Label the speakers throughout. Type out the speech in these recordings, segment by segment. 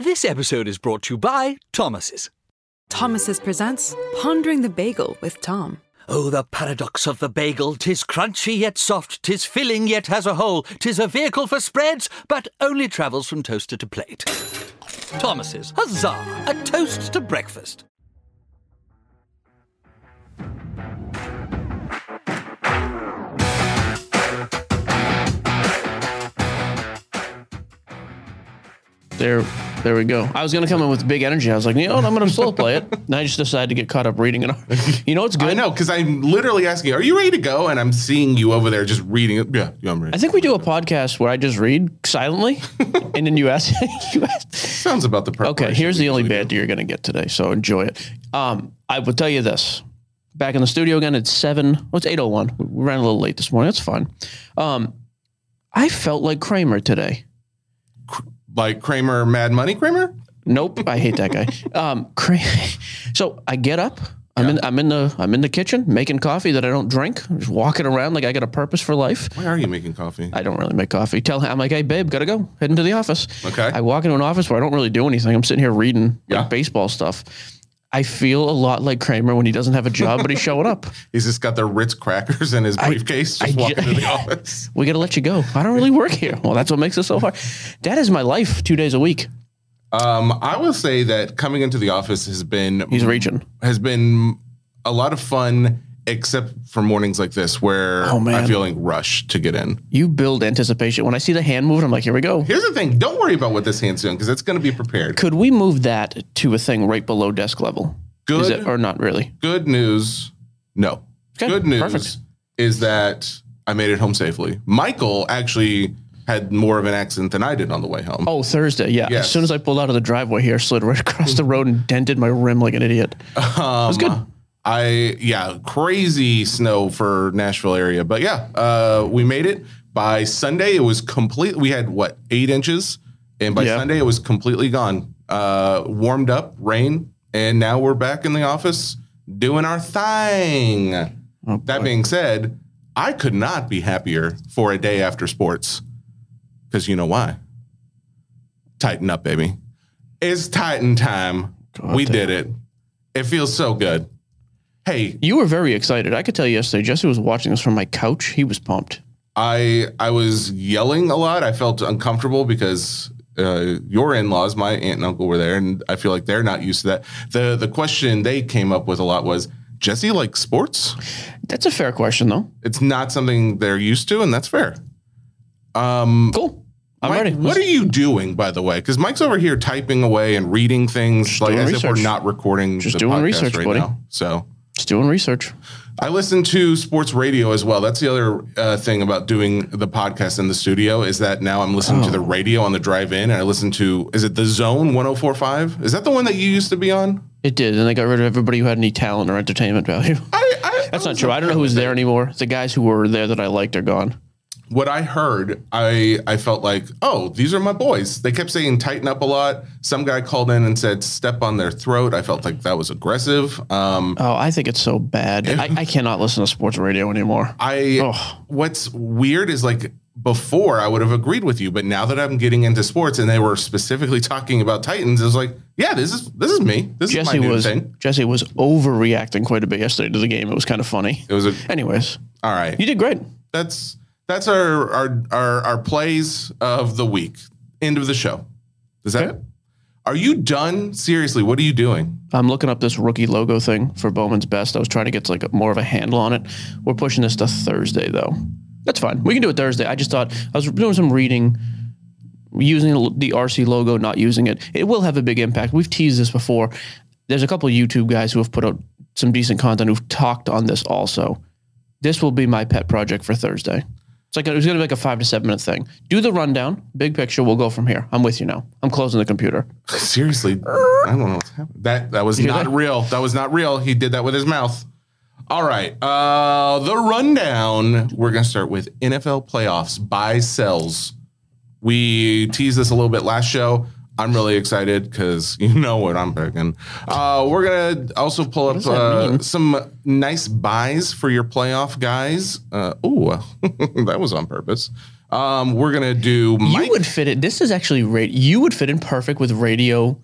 Speaker 1: This episode is brought to you by Thomas's.
Speaker 2: Thomas's presents Pondering the Bagel with Tom.
Speaker 1: Oh, the paradox of the bagel! Tis crunchy yet soft, tis filling yet has a hole, tis a vehicle for spreads, but only travels from toaster to plate. Thomas's, huzzah! A toast to breakfast.
Speaker 3: There, there we go. I was gonna come in with big energy. I was like, you know, what, I'm gonna slow play it. And I just decided to get caught up reading it. You know, it's good.
Speaker 4: I know because I'm literally asking, "Are you ready to go?" And I'm seeing you over there just reading it. Yeah, yeah, I'm ready.
Speaker 3: I think we do a podcast where I just read silently, and then you ask. you ask.
Speaker 4: sounds about the
Speaker 3: Okay,
Speaker 4: preparation
Speaker 3: here's
Speaker 4: we
Speaker 3: the only
Speaker 4: usually
Speaker 3: bad you're gonna get today. So enjoy it. Um, I will tell you this. Back in the studio again at seven. What's eight oh one? We ran a little late this morning. That's fine. Um, I felt like Kramer today.
Speaker 4: do. like Kramer, Mad Money Kramer.
Speaker 3: Nope, I hate that guy. Um, cra- so I get up. I'm in. I'm in the. I'm in the kitchen making coffee that I don't drink. I'm just walking around like I got a purpose for life.
Speaker 4: Why are you making coffee?
Speaker 3: I don't really make coffee. Tell him I'm like, hey, babe, gotta go. Heading to the office.
Speaker 4: Okay.
Speaker 3: I walk into an office where I don't really do anything. I'm sitting here reading like,
Speaker 4: Yeah.
Speaker 3: baseball stuff. I feel a lot like Kramer when he doesn't have a job, but he's showing up.
Speaker 4: He's just got the Ritz crackers in his briefcase, just
Speaker 3: I
Speaker 4: walking
Speaker 3: ju-
Speaker 4: to the office.
Speaker 3: We gotta let you go. I don't really work here. Well, that's what makes it so hard. That is my life. Two days a week.
Speaker 4: Um, I will say that coming into the office has been
Speaker 3: He's reaching.
Speaker 4: has been a lot of fun, except for mornings like this where
Speaker 3: Oh, man.
Speaker 4: I feel like rushed to get in.
Speaker 3: You build anticipation. When I see the hand moving, I'm like, here we go.
Speaker 4: Here's the thing: don't worry about what this hand's doing because it's going to be prepared.
Speaker 3: Could we move that to a thing right below desk level? Is
Speaker 4: Good.
Speaker 3: it or not really?
Speaker 4: Good news. No.
Speaker 3: Okay,
Speaker 4: Good news
Speaker 3: perfect.
Speaker 4: is that I made it home safely. Michael actually had more of an accident than I did on the way home.
Speaker 3: Oh, Thursday. Yeah. As
Speaker 4: Yes.
Speaker 3: soon as I pulled out of the driveway here, slid right across the road and dented my rim like an idiot. it was good.
Speaker 4: Um, I yeah, crazy snow for Nashville area, but yeah, uh, we made it by Sunday. It was complete. We had what eight inches, and by
Speaker 3: Yeah.
Speaker 4: Sunday it was completely gone. Uh, warmed up, rain, and now we're back in the office doing our thing.
Speaker 3: Oh,
Speaker 4: that being said, I could not be happier for a day after sports because you know why? Tighten up, baby. It's Titan time. we did it. It feels so good. Hey,
Speaker 3: You were very excited. I could tell you yesterday. Jesse was watching this from my couch. He was pumped.
Speaker 4: I I was yelling a lot. I felt uncomfortable because uh, your in-laws, my aunt and uncle, were there, and I feel like they're not used to that. the The question they came up with a lot was, "Jesse like sports?"
Speaker 3: That's a fair question, though.
Speaker 4: It's not something they're used to, and that's fair.
Speaker 3: Cool. I'm
Speaker 4: Mike,
Speaker 3: ready.
Speaker 4: What are you doing, by the way? Because Mike's over here typing away and reading things like
Speaker 3: doing
Speaker 4: as if we're
Speaker 3: research.
Speaker 4: not recording.
Speaker 3: Just
Speaker 4: the
Speaker 3: doing
Speaker 4: podcast
Speaker 3: research,
Speaker 4: right
Speaker 3: buddy.
Speaker 4: Now. So
Speaker 3: Just doing research.
Speaker 4: I listen to sports radio as well. That's the other uh, thing about doing the podcast in the studio is that now I'm listening to the
Speaker 3: Oh.
Speaker 4: radio on the drive in, and I listen to is it the Zone 104.5? Is that the one that you used to be on?
Speaker 3: It did, and they got rid of everybody who had any talent or entertainment value.
Speaker 4: I, I,
Speaker 3: That's not true. I don't know who's there anymore. The guys who were there that I liked are gone.
Speaker 4: what I heard, I I felt like, oh, these are my boys. They kept saying tighten up a lot. Some guy called in and said step on their throat. I felt like that was aggressive. Um,
Speaker 3: Oh, I think it's so bad. I, I cannot listen to sports radio anymore.
Speaker 4: I
Speaker 3: Ugh.
Speaker 4: what's weird is like before I would have agreed with you, but now that I'm getting into sports and they were specifically talking about Titans, it was like, yeah, this is this is me. This
Speaker 3: Jesse
Speaker 4: is my new
Speaker 3: was
Speaker 4: thing.
Speaker 3: Jesse was overreacting quite a bit yesterday to the game. It was kind of funny.
Speaker 4: It was a
Speaker 3: Anyways,
Speaker 4: all right.
Speaker 3: you did great.
Speaker 4: That's that's our our our, our plays of the week. End of the show. Is that it? Are you done? Seriously, what are you doing?
Speaker 3: I'm looking up this rookie logo thing for Bowman's Best. I was trying to get like a, more of a handle on it. We're pushing this to Thursday though. That's fine. We can do it Thursday. I just thought I was doing some reading, using the RC logo, not using it. It will have a big impact. We've teased this before. There's a couple YouTube guys who have put out some decent content who've talked on this also. This will be my pet project for Thursday. It's like it was going to be like a five to seven minute thing. Do the rundown, big picture. We'll go from here. I'm with you now. I'm closing the computer.
Speaker 4: Seriously, I don't know what's happening. That that was not real. That was not real. He did that with his mouth. All right. Uh the rundown. We're gonna start with NFL playoffs buy sells. We teased this a little bit last show. I'm really excited because you know what I'm picking. Uh, we're gonna also pull up uh, some nice buys for your playoff guys. Uh, oh, that was on purpose. Um, we're gonna do. Mike-
Speaker 3: You would fit it. This is actually ra- you would fit in perfect with radio.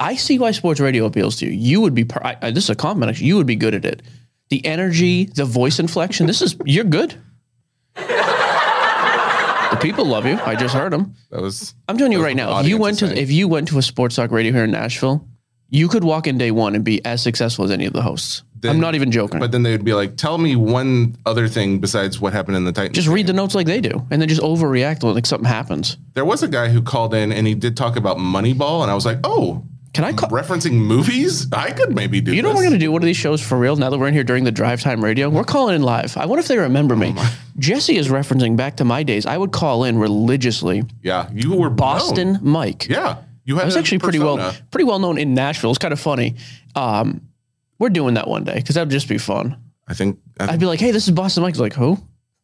Speaker 3: I see why sports radio appeals to you. You would be. Per- I, I- this is a compliment. Actually, you would be good at it. The energy, the voice inflection. This is you're good. the people love you. I just heard them.
Speaker 4: that was.
Speaker 3: I'm telling you
Speaker 4: That's
Speaker 3: right
Speaker 4: what
Speaker 3: now.
Speaker 4: the
Speaker 3: If you
Speaker 4: audience
Speaker 3: went
Speaker 4: is
Speaker 3: to
Speaker 4: saying.
Speaker 3: if you went to a sports talk radio here in Nashville, you could walk in day one and be as successful as any of the hosts.
Speaker 4: Then-
Speaker 3: I'm not even joking.
Speaker 4: But then they would be like, "Tell me one other thing besides what happened in the Titans."
Speaker 3: just read the notes like they do, and then just overreact when like something happens.
Speaker 4: There was a guy who called in and he did talk about Moneyball, and I was like, "Oh,
Speaker 3: Can I call?
Speaker 4: referencing movies? I could maybe do."
Speaker 3: You know
Speaker 4: this.
Speaker 3: we're gonna do one of these shows for real now that we're in here during the drive time radio. We're calling in live. I wonder if they remember
Speaker 4: Oh,
Speaker 3: me. Jesse is referencing back to my days. I would call in religiously.
Speaker 4: Yeah, you were known.
Speaker 3: Boston Mike.
Speaker 4: Yeah, you had.
Speaker 3: I was
Speaker 4: a
Speaker 3: actually pretty well
Speaker 4: persona.
Speaker 3: pretty well known in Nashville. It's kind of funny. Um, we're doing that one day because that would just be fun.
Speaker 4: I think. I
Speaker 3: I'd be like, hey, this is Boston Mike. He's like, who?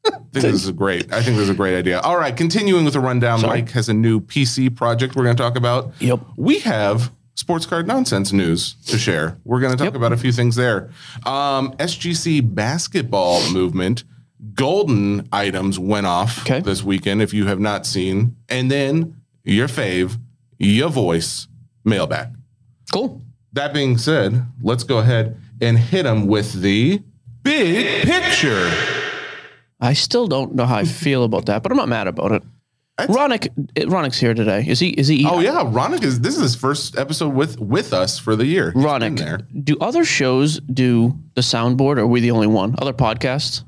Speaker 4: think this is a great. I think this is a great idea. All right, continuing with the rundown. Mike has a new PC project we're going to talk about.
Speaker 3: Yep.
Speaker 4: We have sports card nonsense news to share. We're going to talk about a few things there. Um, SGC basketball movement golden items went off
Speaker 3: Okay.
Speaker 4: this weekend. If you have not seen, and then your fave, your voice, mailback.
Speaker 3: Cool.
Speaker 4: That being said, let's go ahead and hit them with the big picture.
Speaker 3: I still don't know how I feel about that, but I'm not mad about it. Ronick, eh, Ronick's here today. Is he? Is he?
Speaker 4: Oh yeah, Ronick is. This is his first episode with with us for the year. He's been there.
Speaker 3: Ronick, do other shows do the soundboard? Or are we the only one? Other podcasts?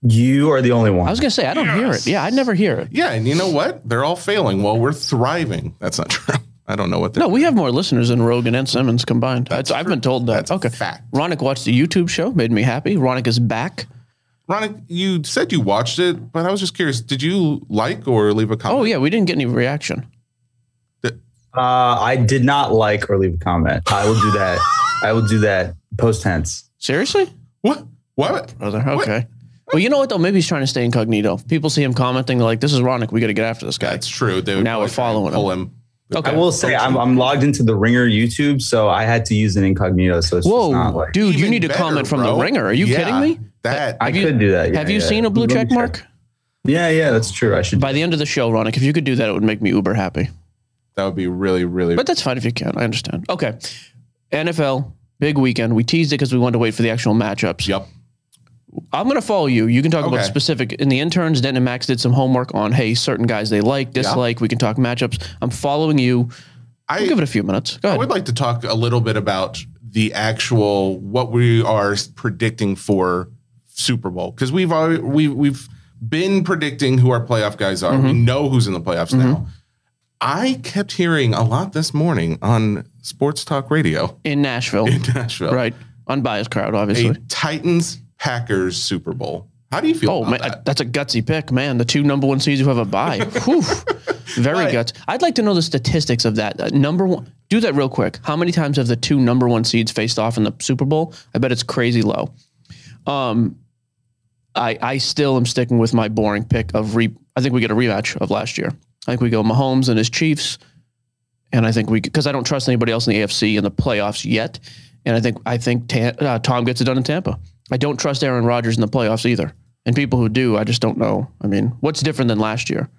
Speaker 5: You are the only one.
Speaker 3: I was gonna say I don't hear it. Yeah, I never hear it.
Speaker 4: Yeah, and you know what? They're all failing while we're thriving. That's not true. I don't know what. They're,
Speaker 3: No, we have more listeners than Rogan and Simmons combined. That's, I've been told that.
Speaker 4: That's a
Speaker 3: okay.
Speaker 4: fact.
Speaker 3: Ronick watched the YouTube show, made me happy. Ronick is back.
Speaker 4: Ronick, you said you watched it, but I was just curious. Did you like or leave a comment?
Speaker 3: Oh yeah, we didn't get any reaction.
Speaker 5: Uh, I did not like or leave a comment. I will do that. I will do that post tense.
Speaker 3: Seriously?
Speaker 4: What? What?
Speaker 3: Brother. Okay. Well, you know what though? Maybe he's trying to stay incognito. People see him commenting, they're like, "This is Ronick. We got to get after this guy."
Speaker 4: That's true. They would
Speaker 3: Now we're
Speaker 4: probably try and
Speaker 3: following
Speaker 4: Pull him.
Speaker 3: okay.
Speaker 5: I will say I'm, I'm logged into the Ringer YouTube, so I had to use an incognito. So it's just not
Speaker 3: Whoa,
Speaker 5: like
Speaker 3: dude! You
Speaker 4: Even
Speaker 3: need to
Speaker 4: better,
Speaker 3: comment from
Speaker 4: bro.
Speaker 3: the ringer. Are you
Speaker 4: Yeah,
Speaker 3: kidding me?
Speaker 4: That
Speaker 5: I
Speaker 3: Have you-
Speaker 5: could do that. Yeah,
Speaker 3: Have you
Speaker 5: yeah.
Speaker 3: seen a blue
Speaker 5: Let me
Speaker 3: check
Speaker 5: check.
Speaker 3: mark?
Speaker 5: Yeah, yeah, that's true. I should.
Speaker 3: By the end of the show, Ronick, if you could do that, it would make me uber happy.
Speaker 4: that would be really really.
Speaker 3: But that's fine if you can. I understand. Okay. NFL, big weekend. We teased it because we wanted to wait for the actual matchups.
Speaker 4: yep.
Speaker 3: I'm going to follow you. You can talk
Speaker 4: Okay.
Speaker 3: about specific. In the interns, Denton and Max did some homework on, hey, certain guys they like, dislike. We can talk matchups. I'm following you.
Speaker 4: I
Speaker 3: We'll give it a few minutes. Go
Speaker 4: I
Speaker 3: ahead.
Speaker 4: would like to talk a little bit about the actual what we are predicting for Super Bowl because we've already, we we've been predicting who our playoff guys are.
Speaker 3: Mm-hmm.
Speaker 4: We know who's in the playoffs now. I kept hearing a lot this morning on Sports Talk Radio
Speaker 3: in Nashville.
Speaker 4: in Nashville,
Speaker 3: right. Unbiased crowd,
Speaker 4: a
Speaker 3: obviously.
Speaker 4: Titans Packers Super Bowl. How do you feel?
Speaker 3: Oh,
Speaker 4: about
Speaker 3: man,
Speaker 4: that?
Speaker 3: that's a gutsy pick, man. The two number one seeds who have a bye. Whew. Very guts. I'd like to know the statistics of that. Uh, number one, do that real quick. How many times have the two number one seeds faced off in the Super Bowl? I bet it's crazy low. Um, I I still am sticking with my boring pick of re. I think we get a rematch of last year. I think we go Mahomes and his Chiefs, and I think we because I don't trust anybody else in the AFC in the playoffs yet. And I think I think Tan, uh, Tom gets it done in Tampa. I don't trust Aaron Rodgers in the playoffs either. And people who do, I just don't know. I mean, what's different than last year?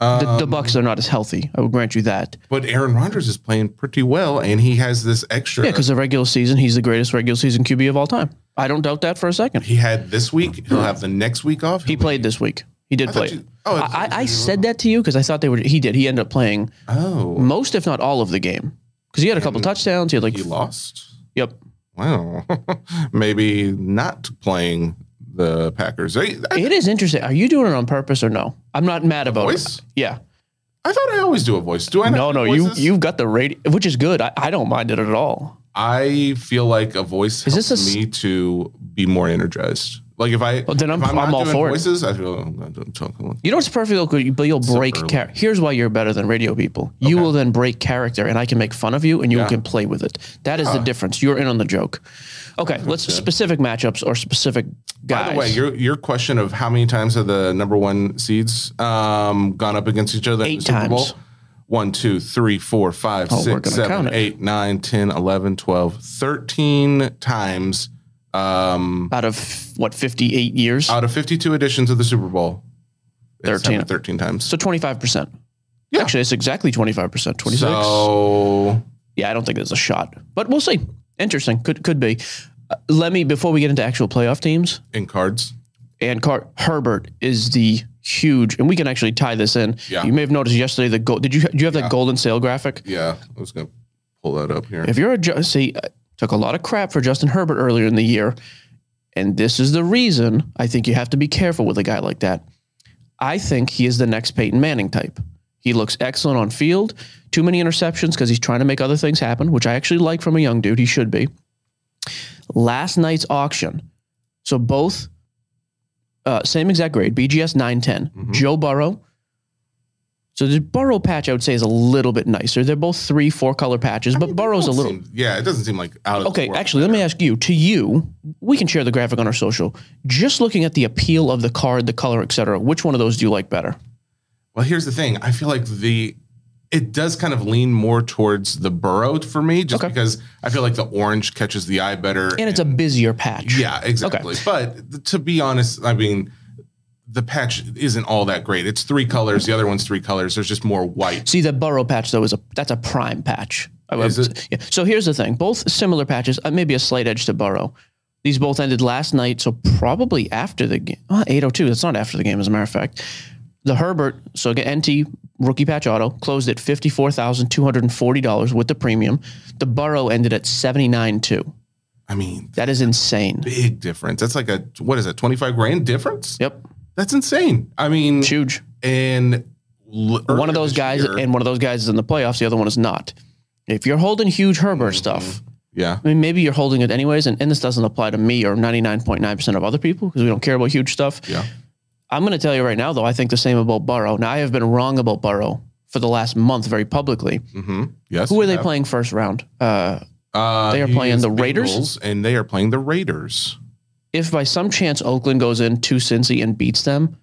Speaker 3: The,
Speaker 4: Um,
Speaker 3: the Bucks are not as healthy. I will grant you that.
Speaker 4: but Aaron Rodgers is playing pretty well, and he has this extra.
Speaker 3: Yeah, because the regular season, he's the greatest regular season QB of all time. I don't doubt that for a second.
Speaker 4: he had this week. He'll have the next week off.
Speaker 3: He played this week. He did play.
Speaker 4: thought you- oh,
Speaker 3: oh,
Speaker 4: I thought
Speaker 3: I,
Speaker 4: you
Speaker 3: I said that to you because I thought they were. He did. He ended up playing
Speaker 4: Oh,
Speaker 3: most, if not all, of the game because he had a couple touchdowns. He had like.
Speaker 4: he lost.
Speaker 3: yep.
Speaker 4: Wow. Maybe not playing the Packers. I, I,
Speaker 3: It is interesting. Are you doing it on purpose or no? I'm not mad about
Speaker 4: voice?
Speaker 3: it. Yeah.
Speaker 4: I thought I always do a voice. Do I?
Speaker 3: No,
Speaker 4: Not
Speaker 3: no.
Speaker 4: do
Speaker 3: You
Speaker 4: voices?
Speaker 3: you've got the radio, which is good. I, I don't mind it at all.
Speaker 4: I feel like a voice
Speaker 3: Is
Speaker 4: helps
Speaker 3: this a s-
Speaker 4: me to be more energized. Like if I
Speaker 3: Well, then I'm-
Speaker 4: if
Speaker 3: I'm
Speaker 4: not
Speaker 3: all
Speaker 4: doing
Speaker 3: for it.
Speaker 4: voices, I feel oh, I'm not doing talking.
Speaker 3: You know it's perfectly okay, but you'll break
Speaker 4: early.
Speaker 3: character. Here's why you're better than radio people. You will then break character, and I can make fun of you, and you
Speaker 4: Yeah.
Speaker 3: can play with it. That is the difference. You're in on the joke. Okay, let's specific matchups or specific guys.
Speaker 4: By the way, your your question of how many times have the number one seeds um, gone up against each other?
Speaker 3: Eight
Speaker 4: in the Super Bowl?
Speaker 3: times.
Speaker 4: One, two, three, four, five,
Speaker 3: Oh, we're
Speaker 4: six,
Speaker 3: gonna count
Speaker 4: seven,
Speaker 3: it.
Speaker 4: eight, nine, 10, 11, 12, 13 times um,
Speaker 3: out of what 58 years,
Speaker 4: out of 52 editions of the Super Bowl. it's
Speaker 3: 13.
Speaker 4: happened 13 times.
Speaker 3: so 25 percent.
Speaker 4: Yeah.
Speaker 3: Actually, it's exactly 25 percent. 26.
Speaker 4: So
Speaker 3: yeah, I don't think there's a shot, but we'll see. Interesting. Could could be. Uh, let me before we get into actual playoff teams.
Speaker 4: in cards.
Speaker 3: and Car- Herbert is the huge, and we can actually tie this in.
Speaker 4: Yeah.
Speaker 3: You may have noticed yesterday the gold. Did you do you have that golden sale graphic?
Speaker 4: Yeah, I was gonna pull that up here.
Speaker 3: If you're a Ju- see, I took a lot of crap for Justin Herbert earlier in the year, and this is the reason I think you have to be careful with a guy like that. I think he is the next Peyton Manning type. He looks excellent on field. Too many interceptions because he's trying to make other things happen, which I actually like from a young dude. He should be. Last night's auction, so both uh, same exact grade, BGS nine
Speaker 4: Mm-hmm.
Speaker 3: Joe Burrow. So the Burrow patch I would say is a little bit nicer. They're both three, four color patches, but Burrow's a
Speaker 4: Don't
Speaker 3: little.
Speaker 4: seem- yeah, it doesn't seem like out of the
Speaker 3: Okay,
Speaker 4: world.
Speaker 3: actually, let me ask you. To you, we can share the graphic on our social. Just looking at the appeal of the card, the color, etc. Which one of those do you like better?
Speaker 4: Well, here's the thing. I feel like the it does kind of lean more towards the burrow for me, just
Speaker 3: Okay.
Speaker 4: because I feel like the orange catches the eye better.
Speaker 3: And it's a busier patch.
Speaker 4: yeah, exactly. But th- to be honest, I mean, the patch isn't all that great. It's three colors. The other one's three colors. There's just more white.
Speaker 3: See, the Burrow patch though is a that's a prime patch. I would-
Speaker 4: Is it?
Speaker 3: Yeah. So here's the thing: both similar patches, uh, maybe a slight edge to Burrow. These both ended last night, so probably after the game. Uh, 802. That's not after the game, as a matter of fact. The Herbert, so again, NT rookie patch auto closed at fifty four thousand two hundred and forty dollars with the premium. The Burrow ended at seventy nine two.
Speaker 4: I mean,
Speaker 3: That is insane.
Speaker 4: big difference. That's like a what is it? Twenty five grand difference.
Speaker 3: Yep,
Speaker 4: That's insane. I mean,
Speaker 3: it's huge.
Speaker 4: and l-
Speaker 3: one
Speaker 4: earlier
Speaker 3: of those
Speaker 4: this
Speaker 3: guys,
Speaker 4: year-
Speaker 3: and one of those guys is in the playoffs. The other one is not. If you're holding huge Herbert stuff,
Speaker 4: yeah,
Speaker 3: I mean, maybe you're holding it anyways, and, and this doesn't apply to me or 99.9% of other people because we don't care about huge stuff.
Speaker 4: yeah.
Speaker 3: I'm going to tell you right now, though, I think the same about Burrow. Now, I have been wrong about Burrow for the last month very publicly.
Speaker 4: Mm-hmm. Yes.
Speaker 3: Who are
Speaker 4: you
Speaker 3: they
Speaker 4: have.
Speaker 3: playing first round? Uh,
Speaker 4: Uh,
Speaker 3: They are
Speaker 4: he
Speaker 3: playing
Speaker 4: is
Speaker 3: the Raiders?
Speaker 4: Bengals, and they are playing the Raiders.
Speaker 3: if by some chance Oakland goes in to Cincy and beats them,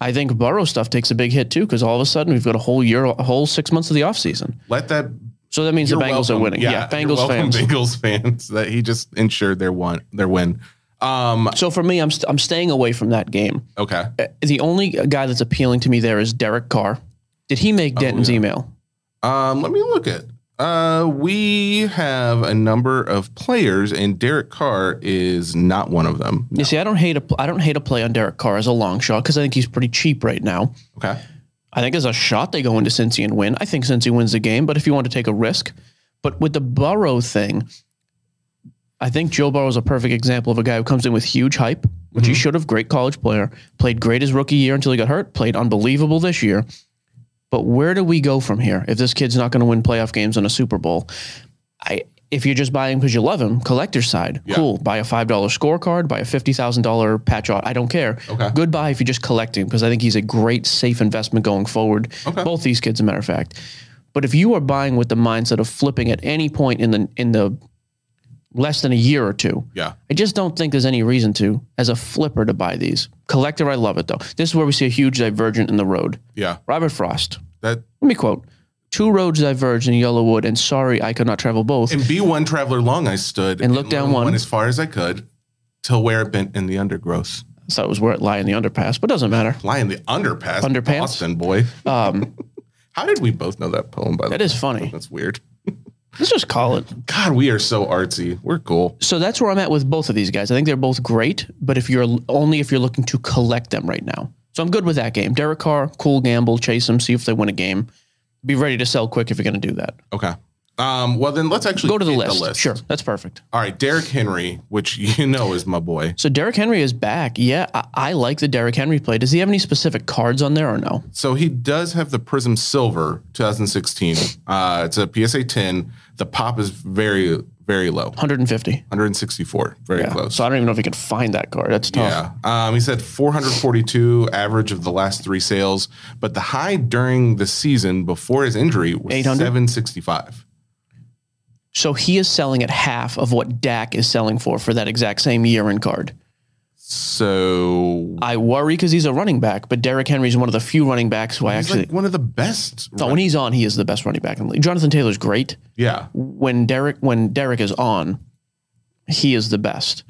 Speaker 3: I think Burrow stuff takes a big hit too because all of a sudden we've got a whole year, a whole six months of the offseason.
Speaker 4: Let that.
Speaker 3: So that means
Speaker 4: you're
Speaker 3: the Bengals
Speaker 4: welcome.
Speaker 3: are winning. Yeah,
Speaker 4: you're
Speaker 3: Bengals
Speaker 4: welcome,
Speaker 3: fans.
Speaker 4: Bengals fans. That he just ensured their one, their win. Um.
Speaker 3: So for me, I'm, st- I'm staying away from that game.
Speaker 4: Okay.
Speaker 3: Uh, The only guy that's appealing to me there is Derek Carr. Did he make Denton's email?
Speaker 4: Um. Let me look at. Uh. We have a number of players, and Derek Carr is not one of them.
Speaker 3: You see, I don't hate a I don't hate a play on Derek Carr as a long shot because I think he's pretty cheap right now.
Speaker 4: Okay.
Speaker 3: I think as a shot they go into Cincy and win. I think Cincy wins the game, but if you want to take a risk, but with the Burrow thing, I think Joe Burrow is a perfect example of a guy who comes in with huge hype, which
Speaker 4: Mm-hmm.
Speaker 3: he should have. Great college player, played great his rookie year until he got hurt, played unbelievable this year. But where do we go from here if this kid's not going to win playoff games in a Super Bowl? I if you're just buying because you love him, collector's side,
Speaker 4: Yeah.
Speaker 3: cool. Buy a five dollar scorecard, buy a fifty thousand dollar patch on. I don't care.
Speaker 4: Okay.
Speaker 3: Goodbye if you just collect him because I think he's a great safe investment going forward.
Speaker 4: Okay.
Speaker 3: Both these kids, as a matter of fact. But if you are buying with the mindset of flipping at any point in the in the less than a year or two,
Speaker 4: Yeah.
Speaker 3: I just don't think there's any reason to, as a flipper, to buy these. Collector, I love it though. This is where we see a huge divergent in the road.
Speaker 4: Yeah.
Speaker 3: Robert Frost.
Speaker 4: That
Speaker 3: Let me quote. Two roads diverged in Yellowwood, and sorry I could not travel both.
Speaker 4: and be one traveler long. I stood
Speaker 3: And looked down
Speaker 4: learned
Speaker 3: one.
Speaker 4: as far as I could, till where it bent in the undergrowth.
Speaker 3: So it was where it lie in the underpass, but doesn't matter.
Speaker 4: Fly in the underpass.
Speaker 3: Underpants?
Speaker 4: Austin boy.
Speaker 3: Um,
Speaker 4: How did we both know that poem? By the
Speaker 3: that
Speaker 4: way?
Speaker 3: is funny.
Speaker 4: That's weird.
Speaker 3: Let's just call it.
Speaker 4: God, we are so artsy. We're cool.
Speaker 3: So that's where I'm at with both of these guys. I think they're both great, but if you're only if you're looking to collect them right now. So I'm good with that game. Derek Carr, cool gamble, chase them, see if they win a game. Be ready to sell quick if you're going to do that.
Speaker 4: Okay. Um, well, then let's actually
Speaker 3: Go to the
Speaker 4: hit
Speaker 3: list. Sure, that's perfect.
Speaker 4: All right, Derrick Henry, which you know is my boy.
Speaker 3: So Derrick Henry is back. Yeah, I, I like the Derrick Henry play. Does he have any specific cards on there or no?
Speaker 4: So he does have the Prism Silver 2016. Uh, it's a PSA 10. The pop is very, very low
Speaker 3: 150.
Speaker 4: 164. Very
Speaker 3: Yeah.
Speaker 4: close.
Speaker 3: So I don't even know if he could find that card. That's tough.
Speaker 4: Yeah. Um, he said 442 average of the last three sales, but the high during the season before his injury was
Speaker 3: 800?
Speaker 4: 765.
Speaker 3: So he is selling at half of what Dak is selling for for that exact same year in card.
Speaker 4: So
Speaker 3: I worry because he's a running back, but Derrick Henry is one of the few running backs who I
Speaker 4: he's
Speaker 3: actually.
Speaker 4: like one of the best.
Speaker 3: No, when he's on, he is the best running back in the league. Jonathan Taylor's great.
Speaker 4: yeah.
Speaker 3: When Derek when Derek is on, he is the best.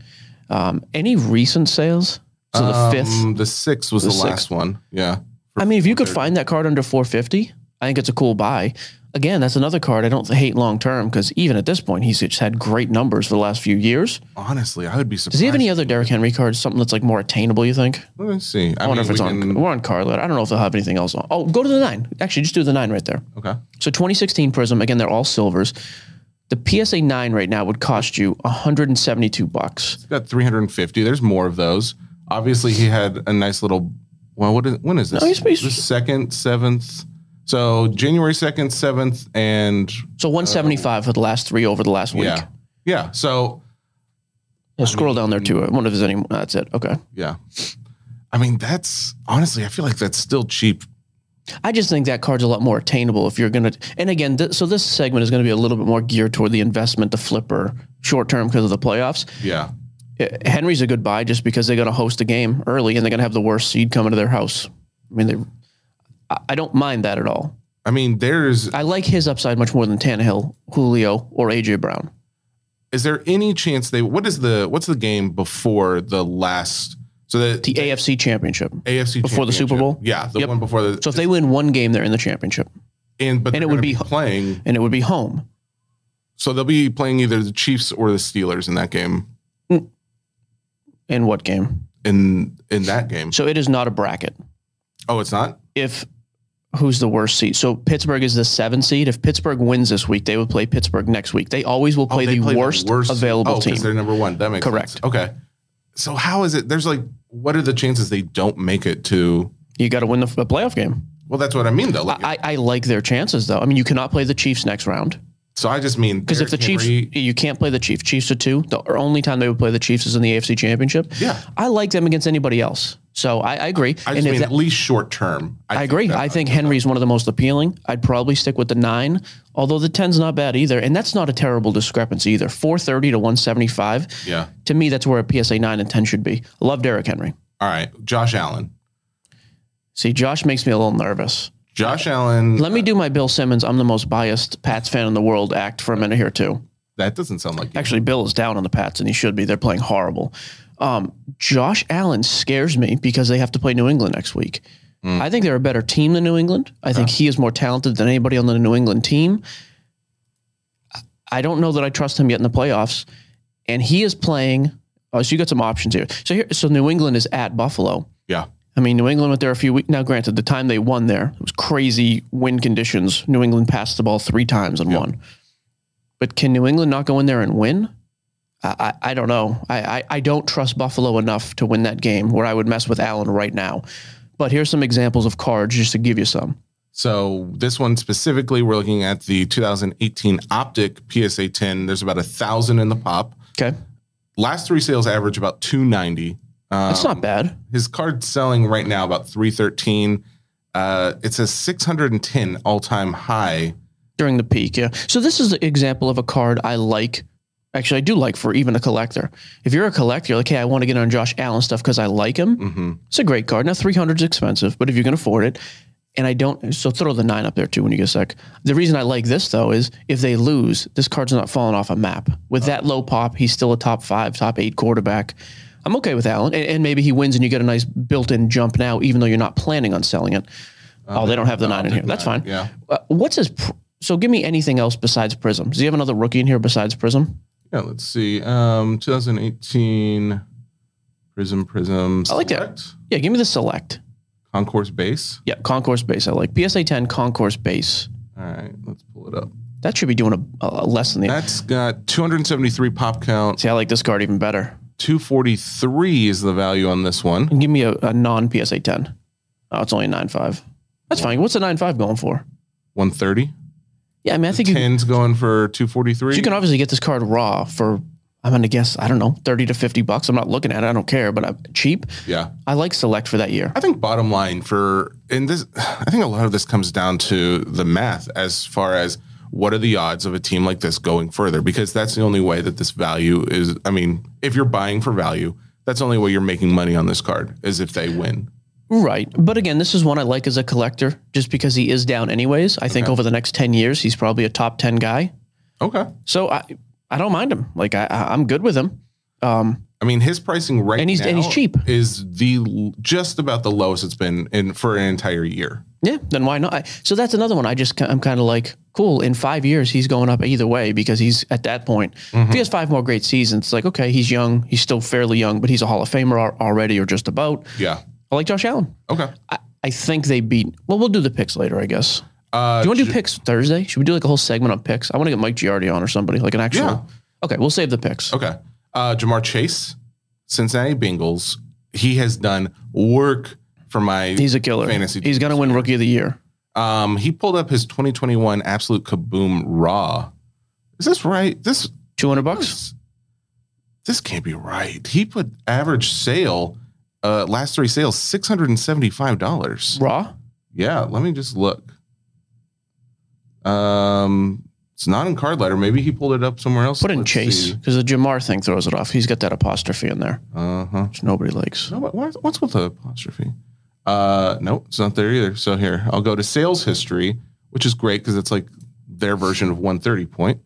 Speaker 3: Um, any recent sales? So the fifth.
Speaker 4: Um, the six was the, last one. Yeah.
Speaker 3: I mean, if you could find that card under 450, I think it's a cool buy. Again, that's another card I don't hate long term because even at this point, he's just had great numbers for the last few years.
Speaker 4: Honestly, I would be surprised.
Speaker 3: Does he have any other Derrick Henry cards? Something that's like more attainable? You think?
Speaker 4: Let me see. I,
Speaker 3: I wonder if
Speaker 4: mean,
Speaker 3: it's
Speaker 4: we
Speaker 3: on.
Speaker 4: can-
Speaker 3: We're on Carlet. I don't know if they'll have anything else on. Oh, go to the nine. Actually, just do the nine right there.
Speaker 4: Okay.
Speaker 3: So 2016 Prism. Again, they're all silvers. The PSA nine right now would cost you 172 bucks.
Speaker 4: He's got 350. There's more of those. Obviously, he had a nice little. Well, what is, when is this?
Speaker 3: No, he's- he's-
Speaker 4: the second, seventh. So January second, seventh, and
Speaker 3: So 175 for the last three over the last week.
Speaker 4: Oh. yeah, yeah. So
Speaker 3: Yeah, scroll down there too. I wonder if there's any. That's it. Okay.
Speaker 4: yeah, I mean that's honestly, I feel like that's still cheap.
Speaker 3: I just think that card's a lot more attainable if you're going to. And again, th- so this segment is going to be a little bit more geared toward the investment, the flipper, short term because of the playoffs.
Speaker 4: Yeah,
Speaker 3: Uh, Henry's a good buy just because they're going to host a game early and they're going to have the worst seed coming to their house. I mean, they, I- I don't mind that at all.
Speaker 4: I mean there's.
Speaker 3: I like his upside much more than Tannehill, Julio, or AJ Brown.
Speaker 4: Is there any chance they? What is the? What's the game before the last? So the,
Speaker 3: The AFC Championship.
Speaker 4: AFC
Speaker 3: before the Super
Speaker 4: Championship.
Speaker 3: Bowl?
Speaker 4: Yeah, the
Speaker 3: Yep.
Speaker 4: one before the.
Speaker 3: So if they win one game, they're in the championship,
Speaker 4: and but
Speaker 3: and it
Speaker 4: they're
Speaker 3: would
Speaker 4: gonna
Speaker 3: be-
Speaker 4: playing.
Speaker 3: and it would be home.
Speaker 4: So they'll be playing either the Chiefs or the Steelers in that game.
Speaker 3: In what game?
Speaker 4: In in that game.
Speaker 3: So it is not a bracket.
Speaker 4: Oh, it's not.
Speaker 3: if who's the worst seed? So Pittsburgh is the seven seed. If Pittsburgh wins this week, they would play Pittsburgh next week. They always will
Speaker 4: Oh,
Speaker 3: play,
Speaker 4: they
Speaker 3: the, worst available
Speaker 4: oh, 'cause
Speaker 3: team.
Speaker 4: They're number one. That makes
Speaker 3: Correct.
Speaker 4: sense. Okay. So how is it? There's like, what are the chances they don't make it to?
Speaker 3: You got to win the, the playoff game.
Speaker 4: Well, that's what I mean though. Like,
Speaker 3: I, I I like their chances though. I mean, you cannot play the Chiefs next round
Speaker 4: so I just mean
Speaker 3: because if the
Speaker 4: Derrick
Speaker 3: Chiefs,
Speaker 4: Henry-
Speaker 3: you can't play the Chiefs. Chiefs are two. The only time they would play the Chiefs is in the AFC Championship.
Speaker 4: Yeah.
Speaker 3: I like them against anybody else. So I, I agree.
Speaker 4: I
Speaker 3: and
Speaker 4: just
Speaker 3: if
Speaker 4: mean
Speaker 3: that,
Speaker 4: at least short term.
Speaker 3: I agree. I think Henry's one of the most appealing. I'd probably stick with the nine, although the 10's not bad either. And that's not a terrible discrepancy either. 430 to 175.
Speaker 4: Yeah.
Speaker 3: To me, that's where a PSA 9 and 10 should be. Love Derrick Henry.
Speaker 4: All right, Josh Allen.
Speaker 3: See, Josh makes me a little nervous.
Speaker 4: Josh Allen.
Speaker 3: Let me do my Bill Simmons, I'm the most biased Pats fan in the world act for a minute here, too.
Speaker 4: that doesn't sound like. you.
Speaker 3: Actually, Bill is down on the Pats, and he should be. They're playing horrible. Um, Josh Allen scares me because they have to play New England next week. I think they're a better team than New England. I think he is more talented than anybody on the New England team. I- I don't know that I trust him yet in the playoffs, and he is playing. Oh, so you got some options here. So here, so New England is at Buffalo.
Speaker 4: Yeah.
Speaker 3: I mean, New England went there a few weeks. Now, granted, the time they won there, it was crazy wind conditions. New England passed the ball three times and won. But can New England not go in there and win? I, I, I don't know. I, I, I don't trust Buffalo enough to win that game where I would mess with Allen right now. But here's some examples of cards just to give you some.
Speaker 4: So this one specifically, we're looking at the 2018 Optic PSA 10. There's about a thousand in the pop.
Speaker 3: Okay.
Speaker 4: Last three sales average about 290. Um,
Speaker 3: That's not bad.
Speaker 4: his card's selling right now about 313 uh it's a 610 all-time high
Speaker 3: during the peak. Yeah. So this is the example of a card I like. Actually, I do like for even a collector. If you're a collector, you're like, hey, I want to get on Josh Allen stuff because I like him.
Speaker 4: Mm-hmm.
Speaker 3: It's a great card. Now, 300 is expensive, but if you can afford it, and I don't, so throw the nine up there too when you get sick. The reason I like this though is if they lose, this card's not falling off a map. With that low pop, he's still a top five, top eight quarterback. I'm okay with Allen, and, and maybe he wins and you get a nice built-in jump now, even though you're not planning on selling it. oh, they don't have the nine in here. That's fine.
Speaker 4: yeah
Speaker 3: Uh, what's his? Pr- so give me anything else besides Prism. Does he have another rookie in here besides Prism?
Speaker 4: yeah let's see um 2018 prism prism
Speaker 3: I like that. Yeah, give me the select.
Speaker 4: concourse base
Speaker 3: Yeah, concourse base. I like PSA 10 concourse base.
Speaker 4: all right let's pull it up
Speaker 3: That should be doing a, a less than the.
Speaker 4: That's got 273 pop count.
Speaker 3: See, I like this card even better.
Speaker 4: 243 is the value on this one.
Speaker 3: And give me a, a non PSA 10. Oh, it's only a 9.5. That's fine. What's a 9.5 going for?
Speaker 4: 130.
Speaker 3: Yeah, I mean, I think you,
Speaker 4: 10's going for 243.
Speaker 3: you can obviously get this card raw for, I'm going to guess, I don't know, 30 to 50 bucks. I'm not looking at it. I don't care, but I'm cheap.
Speaker 4: yeah.
Speaker 3: I like select for that year.
Speaker 4: I think bottom line for and this I think a lot of this comes down to the math as far as what are the odds of a team like this going further because that's the only way that this value is I mean if you're buying for value that's the only way you're making money on this card is if they win.
Speaker 3: Right. But again, this is one I like as a collector just because he is down anyways. I think over the next 10 years, he's probably a top 10 guy.
Speaker 4: Okay.
Speaker 3: So I, I don't mind him. Like I, I I'm good with him. Um,
Speaker 4: I mean his pricing right
Speaker 3: And he's-
Speaker 4: now
Speaker 3: and he's cheap.
Speaker 4: is the just about the lowest it's been in for an entire year.
Speaker 3: yeah, then why not? I, so that's another one. I just, ki- I'm kind of like, cool. In five years, he's going up either way because he's at that point.
Speaker 4: Mm-hmm.
Speaker 3: If he has five more great seasons, it's like, okay, he's young. He's still fairly young, but he's a Hall of Famer al- already or just about.
Speaker 4: Yeah.
Speaker 3: I like Josh Allen.
Speaker 4: Okay.
Speaker 3: I, I think they beat, well, we'll do the picks later, I guess.
Speaker 4: Uh,
Speaker 3: Do you want to do picks Thursday? Should we do like a whole segment on picks? I want to get Mike Giardi on or somebody, like an actual.
Speaker 4: Yeah.
Speaker 3: Okay, we'll save the picks.
Speaker 4: Okay. Uh, Jamar Chase, Cincinnati Bengals. He has done work for my.
Speaker 3: He's a killer.
Speaker 4: Fantasy
Speaker 3: He's going to win Rookie of the Year.
Speaker 4: Um, he pulled up his 2021 Absolute Kaboom Raw. Is this right? This
Speaker 3: 200 bucks?
Speaker 4: this can't be right. He put average sale, uh, last three sales, six hundred and seventy-five dollars.
Speaker 3: Raw?
Speaker 4: Yeah, let me just look. Um, it's not in card letter. Maybe he pulled it up somewhere else.
Speaker 3: Put in Chase because the Jamar thing throws it off. He's got that apostrophe in there,
Speaker 4: Uh huh.
Speaker 3: which nobody likes.
Speaker 4: No, what, what- what's with the apostrophe? Uh, no, it's not there either. So here, I'll go to sales history, which is great because it's like their version of 130 point.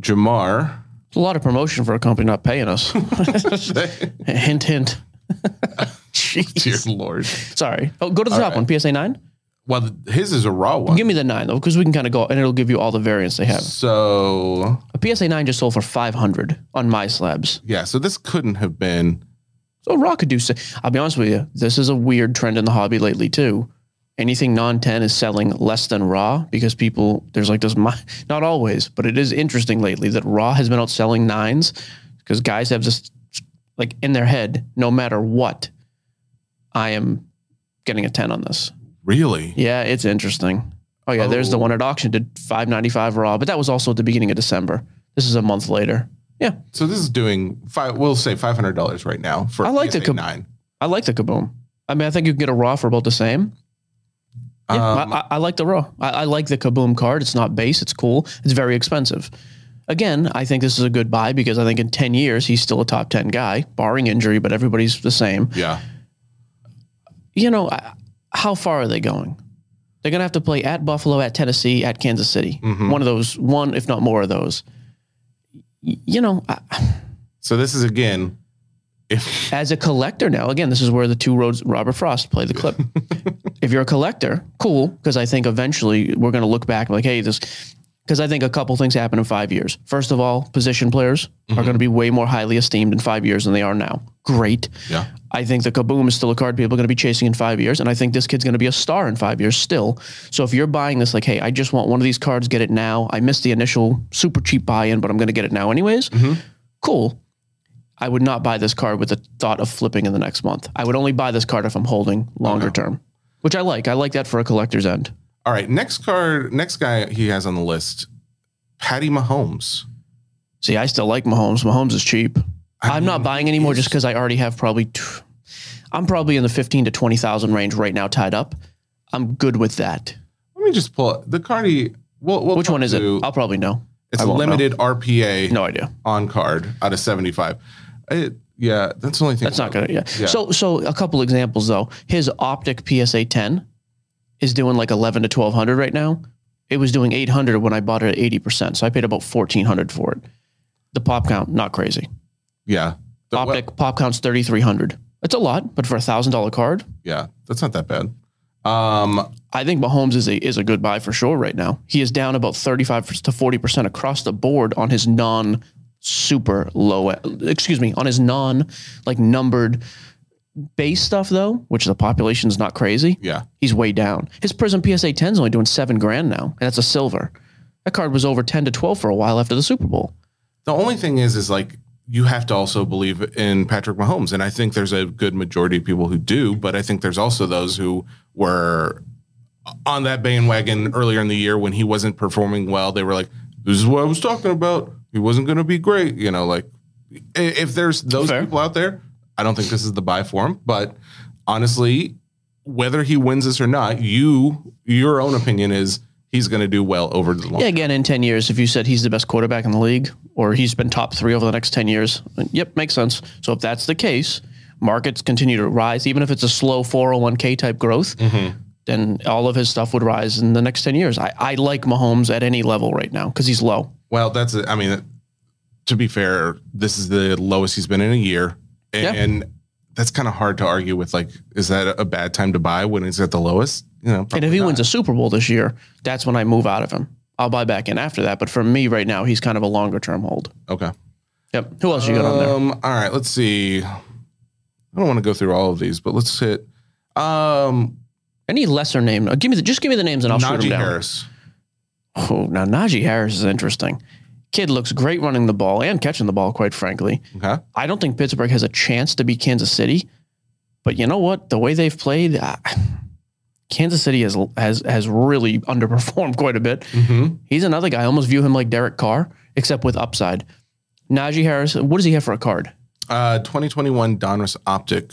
Speaker 4: Jamar.
Speaker 3: It's a lot of promotion for a company not paying us. hint, hint.
Speaker 4: Dear
Speaker 3: Jeez.
Speaker 4: Lord.
Speaker 3: Sorry. Oh, go to the top one, PSA 9.
Speaker 4: Well, th- his is a raw one.
Speaker 3: Give me the 9, though, because we can kind of go, and it'll give you all the variants they have.
Speaker 4: so,
Speaker 3: A PSA 9 just sold for 500 on my slabs.
Speaker 4: yeah, so this couldn't have been.
Speaker 3: So Raw could do. se- I'll be honest with you. This is a weird trend in the hobby lately too. Anything non ten is selling less than Raw because people there's like this. mi- Not always, but it is interesting lately that Raw has been outselling nines because guys have this like in their head. No matter what, I am getting a ten on this.
Speaker 4: Really?
Speaker 3: Yeah, it's interesting. Oh yeah, there's the one at auction did five ninety five Raw, but that was also at the beginning of December. This is a month later. Yeah,
Speaker 4: So this is doing five, we'll say $500 right now for
Speaker 3: I like the
Speaker 4: PSA
Speaker 3: com-
Speaker 4: nine.
Speaker 3: I like the Kaboom. I mean, I think you can get a Raw for about the same. Yeah,
Speaker 4: Um,
Speaker 3: I, I, I like the raw. I, I like the Kaboom card. It's not base. It's cool. It's very expensive. Again, I think this is a good buy because I think in ten years he's still a top ten guy, barring injury. But everybody's the same.
Speaker 4: Yeah.
Speaker 3: You know, I, how far are they going? They're gonna have to play at Buffalo, at Tennessee, at Kansas City. One of those, one if not more of those. Y- You know, I,
Speaker 4: So this is again, if
Speaker 3: as a collector now, again, this is where the two roads Robert Frost play the clip. if you're a collector, cool, because I think eventually we're going to look back like, hey, this, because I think a couple things happen in five years. First of all, position players are going to be way more highly esteemed in five years than they are now. Great.
Speaker 4: Yeah.
Speaker 3: I think the Kaboom is still a card people are going to be chasing in five years, and I think this kid's going to be a star in five years still. So if you're buying this, like, hey, I just want one of these cards, get it now. I missed the initial super cheap buy-in, but I'm going to get it now anyways. Cool. I would not buy this card with the thought of flipping in the next month. I would only buy this card if I'm holding longer term, which I like. I like that for a collector's end.
Speaker 4: All right, next card, next guy he has on the list, Patty Mahomes.
Speaker 3: See, I still like Mahomes. Mahomes is cheap. I am not buying anymore just because I already have probably. T- I'm probably in the fifteen to twenty thousand range right now, tied up. I'm good with that.
Speaker 4: Let me just pull up the card. He, we'll, we'll
Speaker 3: Which
Speaker 4: talk
Speaker 3: one is it?
Speaker 4: to-
Speaker 3: I'll probably know.
Speaker 4: It's
Speaker 3: I
Speaker 4: a
Speaker 3: won't know.
Speaker 4: limited RPA
Speaker 3: No idea.
Speaker 4: on card out of seventy five. Yeah, that's the only thing.
Speaker 3: That's not gonna. Yeah.
Speaker 4: Yeah.
Speaker 3: So so a couple examples though. His optic PSA ten is doing like eleven to twelve hundred right now. It was doing eight hundred when I bought it at eighty percent. So I paid about fourteen hundred for it. The pop count not crazy.
Speaker 4: Yeah, The we-
Speaker 3: optic pop count's thirty three hundred. It's a lot, but for a thousand dollar card,
Speaker 4: yeah, that's not that bad. Um,
Speaker 3: I think Mahomes is a is a good buy for sure right now. He is down about thirty five to forty percent across the board on his non super low. Excuse me, on his non like numbered base stuff though, which the population's not crazy.
Speaker 4: yeah,
Speaker 3: He's way down. His Prism PSA 10 is only doing seven grand now, and that's a silver. That card was over 10 to 12 for a while after the Super Bowl.
Speaker 4: The only thing is, is like you have to also believe in Patrick Mahomes, and I think there's a good majority of people who do, but I think there's also those who were on that bandwagon earlier in the year when he wasn't performing well. They were like, "This is what I was talking about. He wasn't going to be great." You know, like i- if there's those
Speaker 3: Fair.
Speaker 4: people out there, I don't think this is the buy for him. But honestly, whether he wins this or not, you your own opinion is he's going to do well over the long.
Speaker 3: Yeah, again, in 10 years, if you said he's the best quarterback in the league or he's been top three over the next 10 years, yep, makes sense. So if that's the case, markets continue to rise, even if it's a slow 401k type growth,
Speaker 4: Mm-hmm.
Speaker 3: then all of his stuff would rise in the next 10 years. I, I like Mahomes at any level right now because he's low.
Speaker 4: Well, that's I mean, to be fair, this is the lowest he's been in a year, and,
Speaker 3: Yeah.
Speaker 4: and that's kind of hard to argue with. Like, is that a bad time to buy when it's at the lowest? You know,
Speaker 3: and if he wins a Super Bowl this year, that's when I move out of him. I'll buy back in after that. But for me right now, he's kind of a longer term hold.
Speaker 4: okay.
Speaker 3: Yep. Who else you got on there?
Speaker 4: Um, all right, let's see. I don't want to go through all of these, but let's hit um
Speaker 3: Any lesser name? Uh, Give me the, just give me the names and I'll shoot
Speaker 4: Najee
Speaker 3: them down.
Speaker 4: Harris.
Speaker 3: Oh, now Najee Harris is interesting. Kid looks great running the ball and catching the ball, quite frankly.
Speaker 4: Okay.
Speaker 3: I don't think Pittsburgh has a chance to beat Kansas City, but you know what? The way they've played, uh, Kansas City has has has really underperformed quite a bit.
Speaker 4: Mhm.
Speaker 3: He's another guy. I almost view him like Derek Carr, except with upside. Najee Harris, what does he have for a card?
Speaker 4: Uh, 2021 Donruss Optic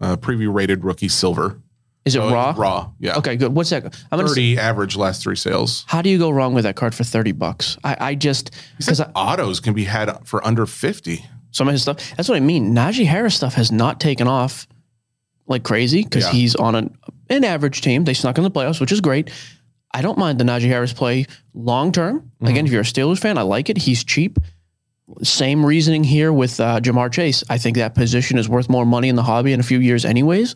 Speaker 4: uh, preview rated rookie silver.
Speaker 3: Is it
Speaker 4: So it's
Speaker 3: raw?
Speaker 4: Oh, Raw. Yeah.
Speaker 3: Okay, good. What's that? I'm gonna. Say,
Speaker 4: 30 average last three sales.
Speaker 3: how do you go wrong with that card for thirty bucks? I, I just because
Speaker 4: Autos can be had for under 50.
Speaker 3: some of his stuff. That's what I mean. Najee Harris stuff has not taken off like crazy because
Speaker 4: Yeah.
Speaker 3: he's on an, an average team. They snuck in the playoffs, which is great. I don't mind the Najee Harris play long term.
Speaker 4: Mm-hmm.
Speaker 3: Again, if you're a Steelers fan, I like it. He's cheap. Same reasoning here with uh, Jamar Chase. I think that position is worth more money in the hobby in a few years, anyways.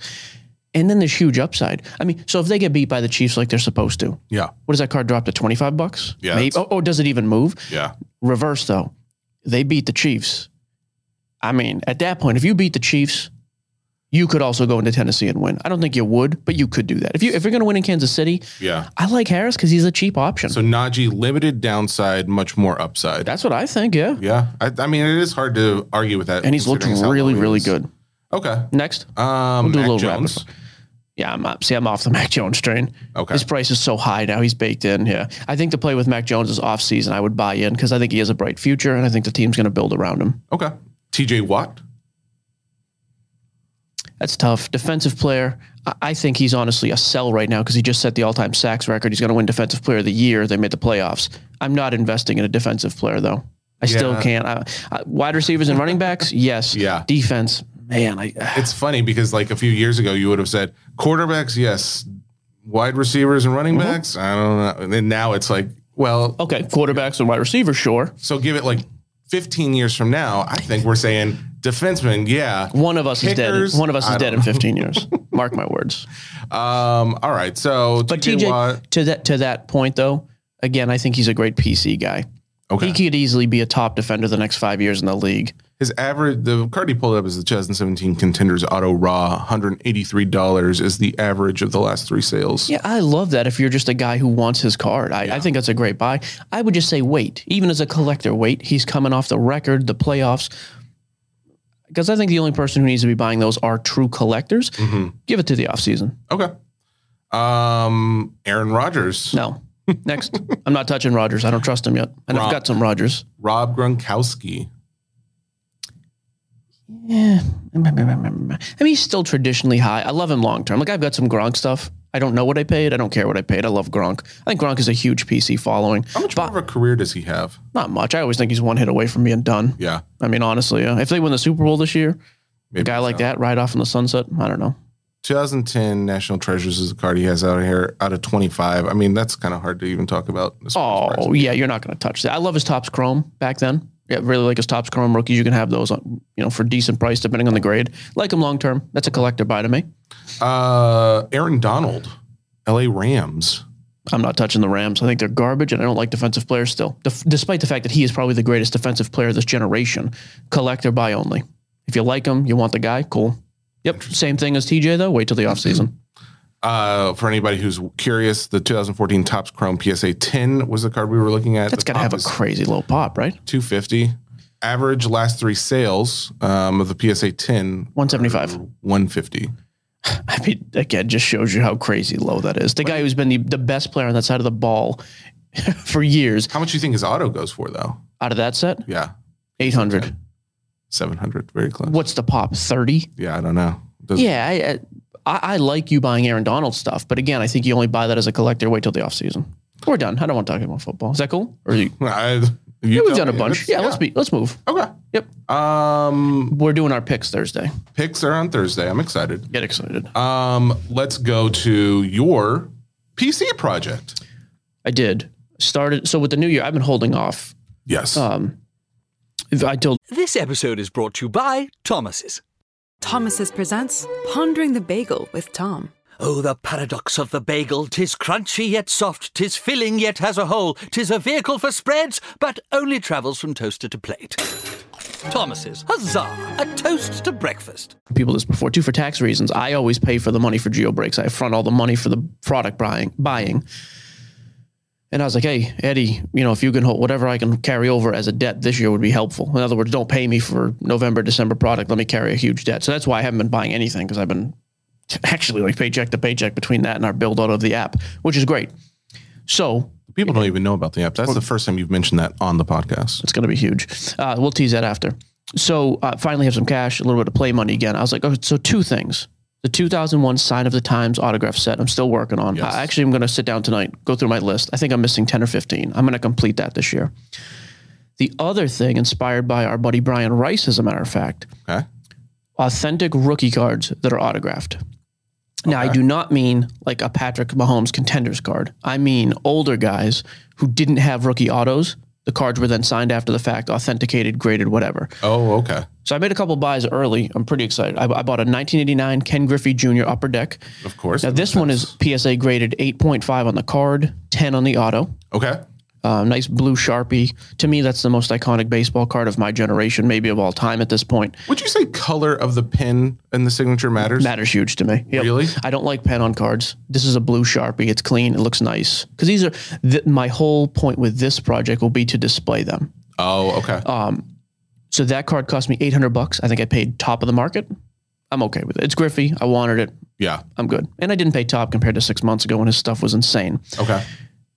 Speaker 3: And then there's huge upside. I mean, so if they get beat by the Chiefs like they're supposed to,
Speaker 4: Yeah.
Speaker 3: what does that card drop to? Twenty five bucks?
Speaker 4: Yeah,
Speaker 3: Maybe, or,
Speaker 4: that's-
Speaker 3: or does it even move?
Speaker 4: Yeah.
Speaker 3: Reverse though, they beat the Chiefs. I mean, at that point, if you beat the Chiefs, you could also go into Tennessee and win. I don't think you would, but you could do that. If you if you're going to win in Kansas City,
Speaker 4: Yeah.
Speaker 3: I like Harris because he's a cheap option.
Speaker 4: So Najee limited downside, much more upside.
Speaker 3: That's what I think. Yeah,
Speaker 4: yeah, I, I mean it is hard to argue with that.
Speaker 3: and he's looked
Speaker 4: considering how
Speaker 3: really
Speaker 4: low he
Speaker 3: really
Speaker 4: is.
Speaker 3: good.
Speaker 4: Okay,
Speaker 3: Next,
Speaker 4: um,
Speaker 3: we'll do
Speaker 4: Mac
Speaker 3: a little
Speaker 4: Jones.
Speaker 3: rapid. fire. Yeah, I'm up. See, I'm off the Mac Jones train.
Speaker 4: Okay.
Speaker 3: His price is so high now. He's baked in. Yeah, I think the play with Mac Jones is off season. I would buy in because I think he has a bright future, and I think the team's going to build around him.
Speaker 4: Okay, T.J. Watt.
Speaker 3: That's tough. Defensive player. I- I think he's honestly a sell right now because he just set the all-time sacks record. He's going to win Defensive Player of the Year. They made the playoffs. I'm not investing in a defensive player though. I still
Speaker 4: Yeah.
Speaker 3: can't. I, I, wide receivers and running backs, yes.
Speaker 4: Yeah.
Speaker 3: Defense, man. I
Speaker 4: It's funny because like a few years ago, you would have said quarterbacks, yes, wide receivers and
Speaker 3: Mm-hmm.
Speaker 4: running backs. I don't know. And then now it's like, well,
Speaker 3: okay. Quarterbacks and wide receivers, sure.
Speaker 4: so give it like 15 years from now. I think we're saying defensemen. Yeah.
Speaker 3: One of us is
Speaker 4: Kickers,
Speaker 3: dead. One of us
Speaker 4: I
Speaker 3: is dead
Speaker 4: don't
Speaker 3: in 15 years. Mark my words.
Speaker 4: Um. All right. So
Speaker 3: But
Speaker 4: T.J. Watt.
Speaker 3: TJ, to that to that point though, again, I think he's a great PC guy.
Speaker 4: Okay.
Speaker 3: He could easily be a top defender the next five years in the league.
Speaker 4: His average, the card he pulled up is the 2017 Contenders Auto Raw. $183 is the average of the last three sales.
Speaker 3: Yeah, I love that. If you're just a guy who wants his card, I, I think that's a great buy. I would just say wait, even as a collector, wait. He's coming off the record, the playoffs. Because I think the only person who needs to be buying those are true collectors. Give it to the offseason.
Speaker 4: Okay. Um, Aaron Rodgers,
Speaker 3: No. Next. I'm not touching Rogers. I don't trust him yet. And
Speaker 4: Rob.
Speaker 3: I've got some Rogers.
Speaker 4: Rob Gronkowski.
Speaker 3: Yeah. I mean, he's still traditionally high. I love him long term. Like, I've got some Gronk stuff. I don't know what I paid. I don't care what I paid. I love Gronk. I think Gronk is a huge PC following.
Speaker 4: How much more of a career does he have?
Speaker 3: Not much. I always think he's one hit away from being done.
Speaker 4: Yeah.
Speaker 3: I mean, honestly, yeah. if they win the Super Bowl this year,
Speaker 4: Maybe
Speaker 3: a guy like that right off in the sunset, I don't know.
Speaker 4: 2010 National Treasures is the card he has out of here out of 25. I mean, that's kind of hard to even talk about. as far as price.
Speaker 3: Oh, yeah, you're not going to touch that. I love his tops chrome back then. Yeah, really like his tops chrome rookies. You can have those, on, you know, for decent price depending on the grade. Like him long term. That's a collector buy to me.
Speaker 4: Uh, Aaron Donald, LA Rams.
Speaker 3: I'm not touching the Rams. I think they're garbage, and I don't like defensive players still, Def- despite the fact that he is probably the greatest defensive player of this generation. Collector buy only. If you like him, you want the guy, cool. Yep. Same thing as TJ though. Wait till the offseason.
Speaker 4: Uh, for anybody who's curious, the 2014 Topps Chrome PSA 10 was the card we were looking at.
Speaker 3: That's
Speaker 4: The
Speaker 3: got to
Speaker 4: top
Speaker 3: have a
Speaker 4: is
Speaker 3: crazy low pop, right?
Speaker 4: 250. Average last three sales um, of the PSA 10
Speaker 3: 175.
Speaker 4: 150.
Speaker 3: I mean, again, just shows you how crazy low that is. The guy who's been the, the best player on that side of the ball for years
Speaker 4: How much do you think his auto goes for though?
Speaker 3: out of that set,
Speaker 4: Yeah,
Speaker 3: 800.
Speaker 4: 700, very close.
Speaker 3: What's the pop? 30?
Speaker 4: Yeah, I don't know. Does-
Speaker 3: Yeah, I, I- I, I like you buying Aaron Donald stuff, but again, I think you only buy that as a collector. Wait till the offseason. We're done. I don't want to talk about football. Is that cool? Or you,
Speaker 4: I- you
Speaker 3: yeah, we've
Speaker 4: tell
Speaker 3: done a
Speaker 4: me.
Speaker 3: bunch.
Speaker 4: It's-
Speaker 3: Yeah, let's be let's move.
Speaker 4: Okay.
Speaker 3: Yep.
Speaker 4: Um,
Speaker 3: We're doing our picks Thursday.
Speaker 4: picks are on Thursday. I'm excited.
Speaker 3: Get excited.
Speaker 4: Um, let's go to your PC project.
Speaker 3: I did. Started so with the new year, I've been holding off.
Speaker 4: Yes.
Speaker 3: Um I told
Speaker 1: This episode is brought to you by Thomas's.
Speaker 2: Thomas's presents Pondering the Bagel with Tom.
Speaker 1: Oh, the paradox of the bagel. Tis crunchy yet soft, tis filling yet has a hole. Tis a vehicle for spreads, but only travels from toaster to plate. Thomas's, huzzah! A toast to breakfast.
Speaker 3: people this before too for tax reasons. I always pay for the money for geo breaks. I front all the money for the product buying buying. And I was like, hey, Eddie, you know, if you can hold whatever I can carry over as a debt this year would be helpful. In other words, don't pay me for November, December product. Let me carry a huge debt. So that's why I haven't been buying anything because I've been actually like paycheck to paycheck between that and our build out of the app, which is great. So
Speaker 4: People don't even know about the app. That's the first time you've mentioned that on the podcast.
Speaker 3: it's going to be huge. Uh, we'll tease that after. So uh, finally have some cash, a little bit of play money again. I was like, oh, so two things. The 2001 Sign of the Times autograph set, I'm still working on. I actually am going to sit down tonight, go through my list. I think I'm missing 10 or 15. I'm going to complete that this year. The other thing, inspired by our buddy Brian Rice, as a matter of fact,
Speaker 4: Okay.
Speaker 3: authentic rookie cards that are autographed. Now, I do not mean like a Patrick Mahomes contenders card. I mean older guys who didn't have rookie autos. The cards were then signed after the fact, authenticated, graded, whatever.
Speaker 4: Oh, okay.
Speaker 3: So I made a couple buys early. I'm pretty excited. I, I bought a 1989 Ken Griffey Jr. Upper Deck.
Speaker 4: Of course.
Speaker 3: Now, this one is PSA graded 8.5 on the card, 10 on the auto.
Speaker 4: okay.
Speaker 3: Uh, nice blue Sharpie. To me, that's the most iconic baseball card of my generation, maybe of all time at this point.
Speaker 4: Would you say color of the pin and the signature matters?
Speaker 3: Matters huge to me. Yep.
Speaker 4: Really?
Speaker 3: I don't like pen on cards. This is a blue sharpie. It's clean. It looks nice. Because these are th- my whole point with this project will be to display them.
Speaker 4: Oh, okay.
Speaker 3: Uh, So that card cost me eight hundred bucks. I think I paid top of the market. I'm okay with it. It's Griffey. I wanted it.
Speaker 4: yeah.
Speaker 3: I'm good. And I didn't pay top compared to six months ago when his stuff was insane.
Speaker 4: Okay.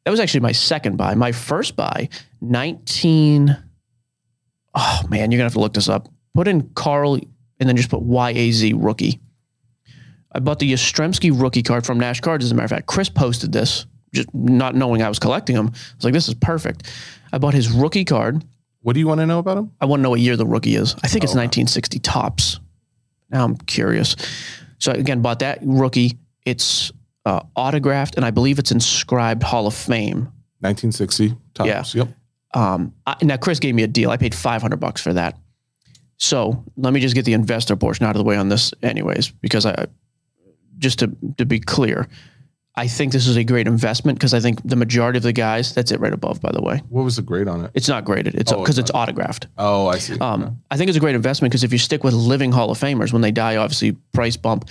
Speaker 3: That was actually my second buy. My first buy, 19. Oh, man, you're going to have to look this up. Put in Carl and then just put YAZ rookie. I bought the Yastrzemski rookie card from Nash Cards, as a matter of fact. Chris posted this, just not knowing I was collecting them. I was like, this is perfect. I bought his rookie card.
Speaker 4: What do you want to know about him?
Speaker 3: I want to know what year the rookie is. I think it's 1960 tops. Now I'm curious. So again, bought that rookie. It's uh, autographed, and I believe it's inscribed Hall of Fame.
Speaker 4: 1960 tops.
Speaker 3: Yeah.
Speaker 4: Yep.
Speaker 3: Um, I, now Chris gave me a deal. I paid 500 bucks for that. So let me just get the investor portion out of the way on this, anyways, because I just to to be clear, I think this is a great investment because I think the majority of the guys. That's it right above, by the way.
Speaker 4: What was the grade on it?
Speaker 3: It's not graded. It's
Speaker 4: Oh,
Speaker 3: because it's autographed.
Speaker 4: Oh, I see.
Speaker 3: Um, I think it's a great investment because if you stick with living Hall of Famers when they die, obviously price bump.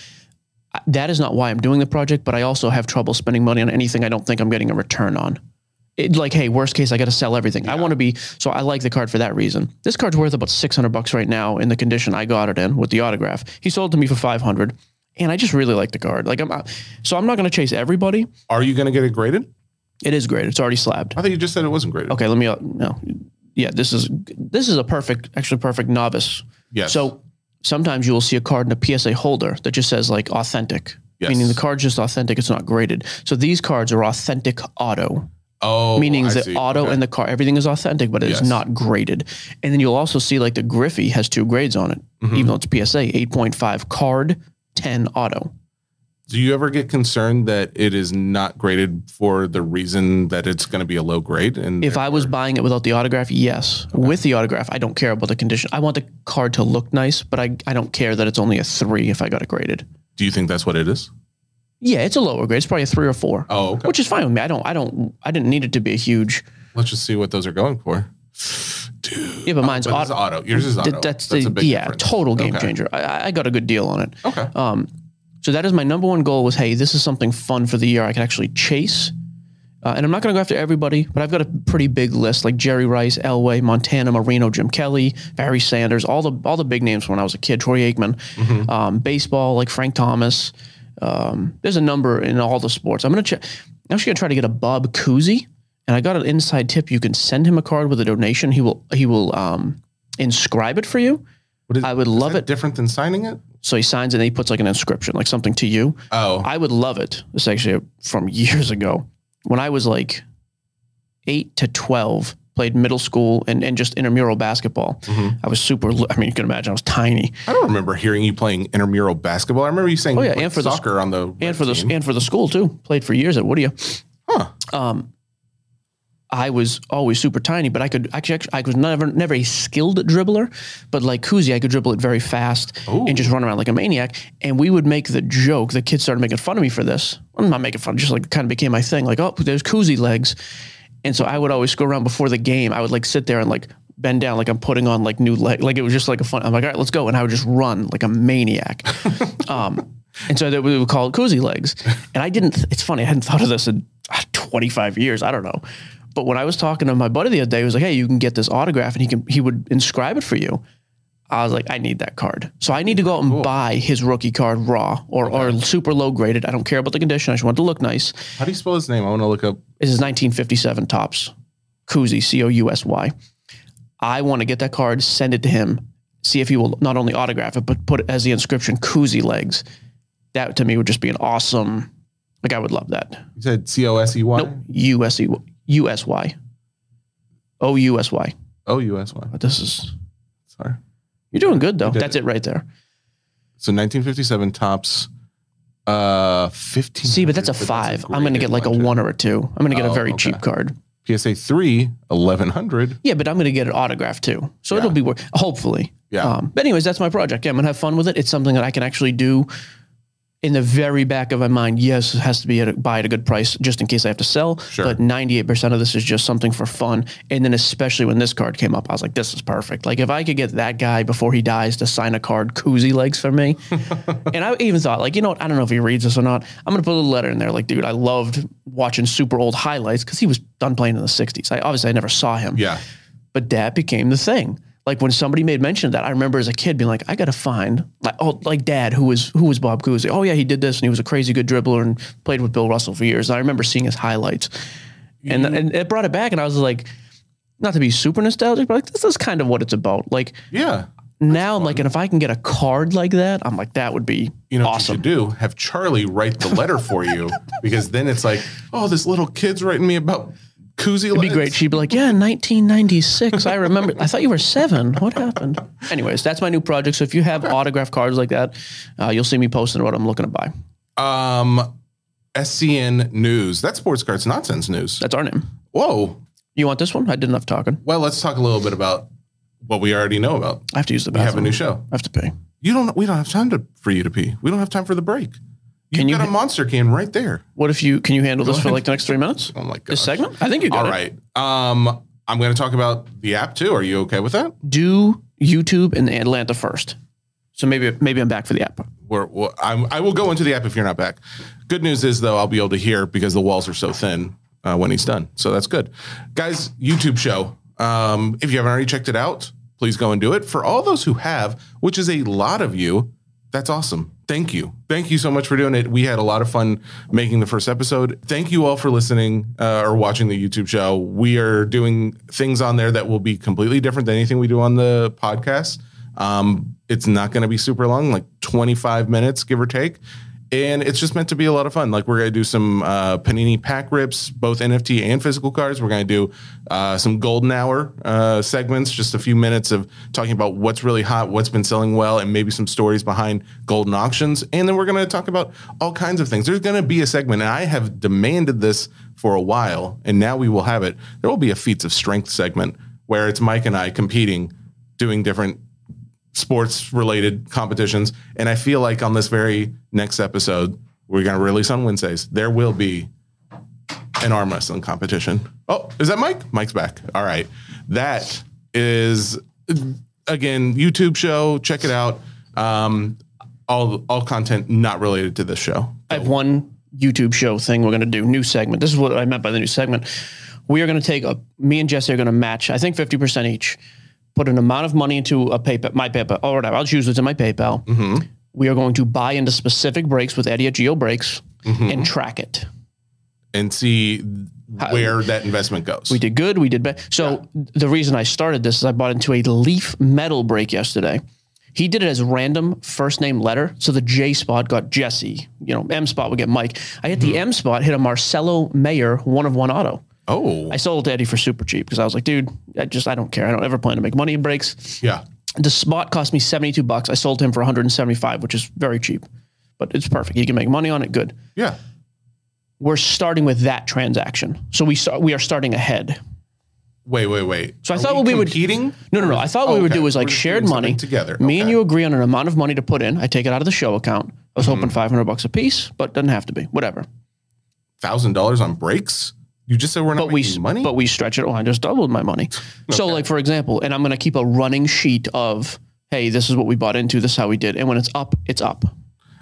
Speaker 3: I- That is not why I'm doing the project, but I also have trouble spending money on anything I don't think I'm getting a return on. It, like, hey, worst case, I got to sell everything. I want to be so. I like the card for that reason. This card's worth about six hundred bucks right now in the condition I got it in with the autograph. He sold to me for five hundred, and I just really like the card. Like, I'm uh, so I'm not going to chase everybody.
Speaker 4: Are you going to get it graded?
Speaker 3: It is great. It's already slabbed
Speaker 4: I thought you just said it wasn't graded.
Speaker 3: okay let me uh, no yeah this is this is a perfect actually perfect novice
Speaker 4: Yes.
Speaker 3: so sometimes you will see a card in a psa holder that just says like authentic
Speaker 4: Yes.
Speaker 3: meaning the card's just authentic it's not graded so these cards are authentic auto
Speaker 4: Oh,
Speaker 3: meaning
Speaker 4: I
Speaker 3: the
Speaker 4: see.
Speaker 3: auto
Speaker 4: Okay.
Speaker 3: and the car everything is authentic but it is
Speaker 4: Yes.
Speaker 3: not graded and then you'll also see like the griffey has two grades on it
Speaker 4: Mm-hmm.
Speaker 3: even though it's psa 8.5 card 10 auto
Speaker 4: Do you ever get concerned that it is not graded for the reason that it's going to be a low grade? And
Speaker 3: If I was buying it without the autograph, yes. With the autograph, I don't care about the condition. I want the card to look nice, but I, I don't care that it's only a three if I got it graded.
Speaker 4: do you think that's what it is?
Speaker 3: Yeah, it's a lower grade. It's probably a three or four.
Speaker 4: Oh, okay.
Speaker 3: Which is fine with me. I don't I don't I didn't need it to be a huge
Speaker 4: Let's just see what those are going for.
Speaker 3: Yeah, but mine's
Speaker 4: Uh, But this is
Speaker 3: auto.
Speaker 4: auto. Yours is auto.
Speaker 3: Th- that's, the yeah,
Speaker 4: difference.
Speaker 3: total game
Speaker 4: Okay.
Speaker 3: changer. I- I, I got a good deal on it.
Speaker 4: Okay.
Speaker 3: Um, So that is my number one goal was, hey, this is something fun for the year I can actually chase. Uh, and I'm not going to go after everybody, but I've got a pretty big list like Jerry Rice, Elway, Montana, Marino, Jim Kelly, Barry Sanders, all the all the big names from when I was a kid, Troy Aikman, um, baseball like Frank Thomas. Um, there's a number in all the sports. I'm going to check. I'm actually going to try to get a Bob Cousy, and I got an inside tip. You can send him a card with a donation. He will he will um, inscribe it for you.
Speaker 4: What is-
Speaker 3: I would
Speaker 4: is
Speaker 3: love
Speaker 4: that
Speaker 3: it.
Speaker 4: Different than signing it?
Speaker 3: So he signs it and he puts like an inscription, like something to you.
Speaker 4: Oh,
Speaker 3: I would love it. It's actually from years ago when I was like eight to 12, played middle school and, and just intramural basketball. I was super, li- I mean, you can imagine I was tiny.
Speaker 4: I don't remember hearing you playing intermural basketball. I remember you saying
Speaker 3: Oh, yeah, and
Speaker 4: you and
Speaker 3: for the
Speaker 4: soccer on the
Speaker 3: and
Speaker 4: red
Speaker 3: for the
Speaker 4: team.
Speaker 3: and for the school too. Played for years at Whittier.
Speaker 4: Huh.
Speaker 3: Um, I was always super tiny, but I could actually I was never never a skilled dribbler, but like Kuzi, I could dribble it very fast and just run around like a maniac. And we would make the joke. The kids started making fun of me for this. I'm not making fun. Just like kind of became my thing. Like oh, there's Kuzi legs, and so I would always go around before the game. I would like sit there and like bend down like I'm putting on like new leg. Like it was just like a fun. I'm like all right, let's go, and I would just run like a maniac. Um, and so that we would call it koozie legs. And I didn't, it's funny, I hadn't thought of this in ah, 25 years. I don't know. But when I was talking to my buddy the other day, he was like, hey, you can get this autograph and he can, he would inscribe it for you. I was like, I need that card. So I need to go out and buy his rookie card raw or, or super low graded. I don't care about the condition. I just want it to look nice.
Speaker 4: How do you spell his name? I want to look up.
Speaker 3: This is 1957 tops. Cousy, C O U S Y. I want to get that card, send it to him, see if he will not only autograph it, but put it as the inscription Cousy legs. That to me would just be an awesome. Like I would love that.
Speaker 4: You said C O S E Y
Speaker 3: Nope. U S E U S Y. O U S Y.
Speaker 4: O Oh, U S Y.
Speaker 3: But This is
Speaker 4: Sorry.
Speaker 3: you're doing good though.
Speaker 4: did
Speaker 3: That's it right there.
Speaker 4: So 1957 tops. Uh, 15.
Speaker 3: See, but that's a five. I'm gonna get like a one or a two. I'm gonna get a
Speaker 4: Oh,
Speaker 3: very
Speaker 4: okay.
Speaker 3: cheap card.
Speaker 4: PSA three, 1100.
Speaker 3: Yeah, but I'm gonna get an autograph too. So it'll be worth hopefully.
Speaker 4: Yeah.
Speaker 3: Um, but anyways, that's my project. Yeah, I'm gonna have fun with it. It's something that I can actually do in the very back of my mind. Yes, it has to be at a, buy at a good price just in case I have to sell.
Speaker 4: Sure.
Speaker 3: But 98% of this is just something for fun. And then especially when this card came up, I was like, this is perfect. Like if I could get that guy before he dies to sign a card, koozie legs for me. and I even thought, like, you know what? I don't know if he reads this or not. I'm gonna put a little letter in there. Like, dude, I loved watching super old highlights because he was done playing in the 60s. I obviously I never saw him
Speaker 4: Yeah.
Speaker 3: but that became the thing. Like when somebody made mention of that, I remember as a kid being like, I gotta find like oh like dad who was who was Bob Cousy. Oh yeah, he did this and he was a crazy good dribbler and played with Bill Russell for years. And I remember seeing his highlights, and and it brought it back. And I was like, not to be super nostalgic, but like this is kind of what it's about. Like
Speaker 4: Yeah.
Speaker 3: now I'm like, and if I can get a card like that, I'm like that would be
Speaker 4: You know what
Speaker 3: awesome.
Speaker 4: you should do? Have Charlie write the letter for you because then it's like, oh, this little kid's writing me about koozie
Speaker 3: It'd be great. She'd be like, "Yeah, 1996. I remember. I thought you were seven. What happened?" Anyways, that's my new project. So if you have autograph cards like that, uh, you'll see me posting what I'm looking to buy.
Speaker 4: Um, SCN News. That's sports cards nonsense news.
Speaker 3: That's our name.
Speaker 4: Whoa.
Speaker 3: You want this one? I did enough talking.
Speaker 4: Well, let's talk a little bit about what we already know about.
Speaker 3: I have to use the
Speaker 4: We have
Speaker 3: bathroom.
Speaker 4: a new show.
Speaker 3: I have to pay.
Speaker 4: You don't. We don't have time to for you to pee. We don't have time for the break. You've
Speaker 3: Can you
Speaker 4: got
Speaker 3: ha-
Speaker 4: a monster can right there.
Speaker 3: What if you can you handle this for like the next three minutes?
Speaker 4: Oh my god.
Speaker 3: This segment? I think you got
Speaker 4: All
Speaker 3: it.
Speaker 4: right. Um, I'm going to talk about the app too. Are you okay with that?
Speaker 3: Do YouTube and Atlanta first. So maybe maybe I'm back for the app.
Speaker 4: We're, we I'm, I will go into the app if you're not back. Good news is though, I'll be able to hear because the walls are so thin uh, when he's done. So that's good, guys. YouTube show. Um, if you haven't already checked it out, please go and do it. For all those who have, which is a lot of you, that's awesome. Thank you. Thank you so much for doing it. We had a lot of fun making the first episode. Thank you all for listening uh, or watching the YouTube show. We are doing things on there that will be completely different than anything we do on the podcast. Um, it's not going to be super long, like 25 minutes, give or take. And it's just meant to be a lot of fun. Like, we're going to do some uh, Panini pack rips, both NFT and physical cards. We're going to do uh, some golden hour uh, segments, just a few minutes of talking about what's really hot, what's been selling well, and maybe some stories behind golden auctions. And then we're going to talk about all kinds of things. There's going to be a segment, and I have demanded this for a while, and now we will have it. There will be a feats of strength segment where it's Mike and I competing, doing different sports related competitions. And I feel like on this very next episode, we're going to release on Wednesdays, there will be an arm wrestling competition. Oh, is that Mike? Mike's back. All right. That is, again, YouTube show. Check it out. Um, all all content not related to this show.
Speaker 3: I have one YouTube show thing we're going to do, new segment. This is what I meant by the new segment. We are going to take a, me and Jesse are going to match, I think 50% each, put an amount of money into a PayPal, my PayPal, or whatever. I'll choose what's in my PayPal. We are going to buy into specific breaks with Eddie at Geo Breaks and track it.
Speaker 4: and see where that investment goes.
Speaker 3: We did good. We did bad. So the reason I started this is I bought into a leaf metal break yesterday. He did it as random first name letter. So the J spot got Jesse. You know, M spot would get Mike. I hit the M spot, hit a Marcelo Mayer one of one auto.
Speaker 4: Oh,
Speaker 3: I sold it to Eddie for super cheap because I was like, dude, I just I don't care. I don't ever plan to make money in breaks.
Speaker 4: yeah.
Speaker 3: The spot cost me 72 bucks. I sold to him for 175, which is very cheap. But it's perfect. You can make money on it. Good.
Speaker 4: Yeah.
Speaker 3: We're starting with that transaction. So we start we are starting ahead.
Speaker 4: Wait, wait, wait.
Speaker 3: So I thought what we would-
Speaker 4: competing?
Speaker 3: No, no, no. I thought
Speaker 4: Oh,
Speaker 3: what we would
Speaker 4: okay.
Speaker 3: do was like
Speaker 4: We're just
Speaker 3: shared
Speaker 4: doing something
Speaker 3: money
Speaker 4: together.
Speaker 3: Me and
Speaker 4: Okay.
Speaker 3: you agree on an amount of money to put in. I take it out of the show account. I was
Speaker 4: Mm-hmm.
Speaker 3: hoping 500 bucks a piece, but doesn't have to be. Whatever.
Speaker 4: thousand dollars on breaks. You just said we're not
Speaker 3: But we
Speaker 4: making money.
Speaker 3: but we stretch it. Oh, I just doubled my money. So like for example, and I'm going to keep a running sheet of hey, this is what we bought into, this is how we did. And when it's up, it's up.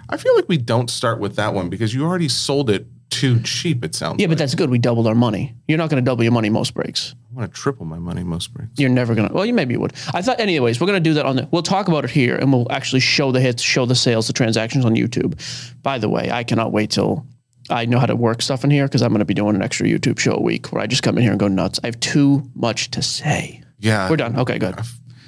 Speaker 4: I feel like we don't start with that one because you already sold it too cheap. It sounds.
Speaker 3: Yeah,
Speaker 4: like.
Speaker 3: but that's good. We doubled our money. You're not going to double your money most breaks.
Speaker 4: I want to triple my money most breaks.
Speaker 3: You're never going to. Well, you maybe you would. I thought anyways, we're going to do that on the We'll talk about it here and we'll actually show the hits, show the sales, the transactions on YouTube. By the way, I cannot wait till I know how to work stuff in here cuz I'm going to be doing an extra YouTube show a week where I just come in here and go nuts. I have too much to say.
Speaker 4: Yeah,
Speaker 3: We're done. Okay, good.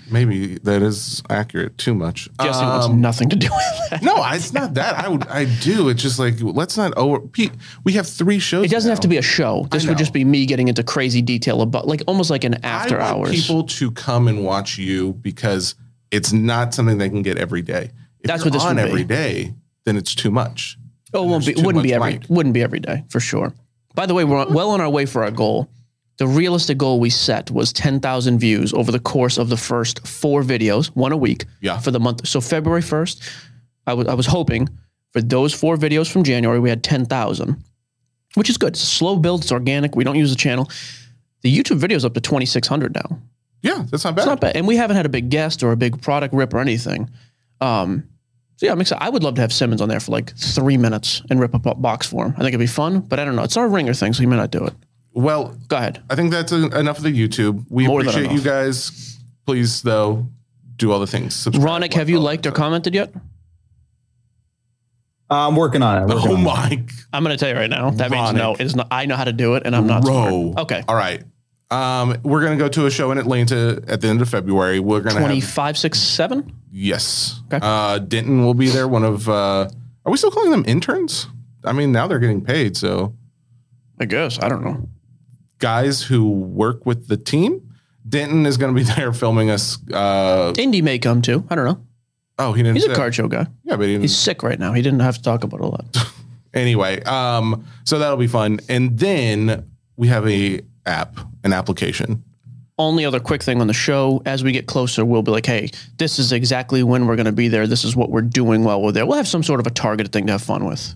Speaker 4: Maybe that is accurate. Too much.
Speaker 3: Jesse wants
Speaker 4: Um,
Speaker 3: nothing to do with that.
Speaker 4: no, I- it's not that. I would. I do. It's just like let's not. Oh, Pete, we have three shows.
Speaker 3: It doesn't have to be a show. This would
Speaker 4: know.
Speaker 3: just be me getting into crazy detail about, like, almost like an after
Speaker 4: I want
Speaker 3: hours.
Speaker 4: people to come and watch you because it's not something they can get every day. If
Speaker 3: That's
Speaker 4: you're
Speaker 3: what this
Speaker 4: on
Speaker 3: would be.
Speaker 4: every day, then it's too much.
Speaker 3: oh, it won't be,
Speaker 4: there's too
Speaker 3: wouldn't be
Speaker 4: much
Speaker 3: every,
Speaker 4: mic.
Speaker 3: wouldn't be every day for sure. By the way, we're on- well on our way for our goal. The realistic goal we set was 10,000 views over the course of the first four videos, one a week
Speaker 4: Yeah.
Speaker 3: for the month. So February 1st, I was I was hoping for those four videos from January, we had 10,000, which is good. It's a slow build. It's organic. We don't use the channel. The YouTube video's up to 2,600 now.
Speaker 4: Yeah, that's not bad.
Speaker 3: It's not bad. And we haven't had a big guest or a big product rip or anything. Um, so yeah, I'm excited. I would love to have Simmons on there for like three minutes and rip a bo- box for him. I think it'd be fun, but I don't know. It's our ringer thing, so he may not do it.
Speaker 4: Well,
Speaker 3: Go ahead.
Speaker 4: I think that's en- enough of the YouTube. We
Speaker 3: More than
Speaker 4: appreciate you
Speaker 3: enough.
Speaker 4: guys. Please, though, do all the things. Subscribe,
Speaker 3: Ronick,
Speaker 4: like,
Speaker 3: have you
Speaker 4: all
Speaker 3: liked
Speaker 4: that
Speaker 3: or commented yet?
Speaker 5: I'm working on it. I'm
Speaker 4: stuff.
Speaker 5: working
Speaker 4: Oh
Speaker 5: on it.
Speaker 4: my
Speaker 3: I'm going to tell you right now. That means no.
Speaker 4: Ronick.
Speaker 3: It is not. I know how to do it, and I'm not. smart.
Speaker 4: row.
Speaker 3: Okay.
Speaker 4: All right. Um, we're gonna go to a show in Atlanta at the end of February. We're gonna have
Speaker 3: 25, 6, 7?
Speaker 4: yes.
Speaker 3: Okay.
Speaker 4: Uh, Denton will be there. One of uh, are we still calling them interns? I mean, now they're getting paid. So
Speaker 3: I guess. I don't know.
Speaker 4: guys who work with the team. Denton is gonna be there filming us. Uh,
Speaker 3: Indy may come too. I don't know.
Speaker 4: oh, he didn't.
Speaker 3: He's a
Speaker 4: say-
Speaker 3: card show guy.
Speaker 4: Yeah, but he didn't
Speaker 3: He's sick right now. He didn't have to talk about it a lot.
Speaker 4: anyway um so that'll be fun and then we have a app an application
Speaker 3: only other quick thing on the show as we get closer we'll be like hey this is exactly when we're going to be there this is what we're doing while we're there we'll have some sort of a targeted thing to have fun with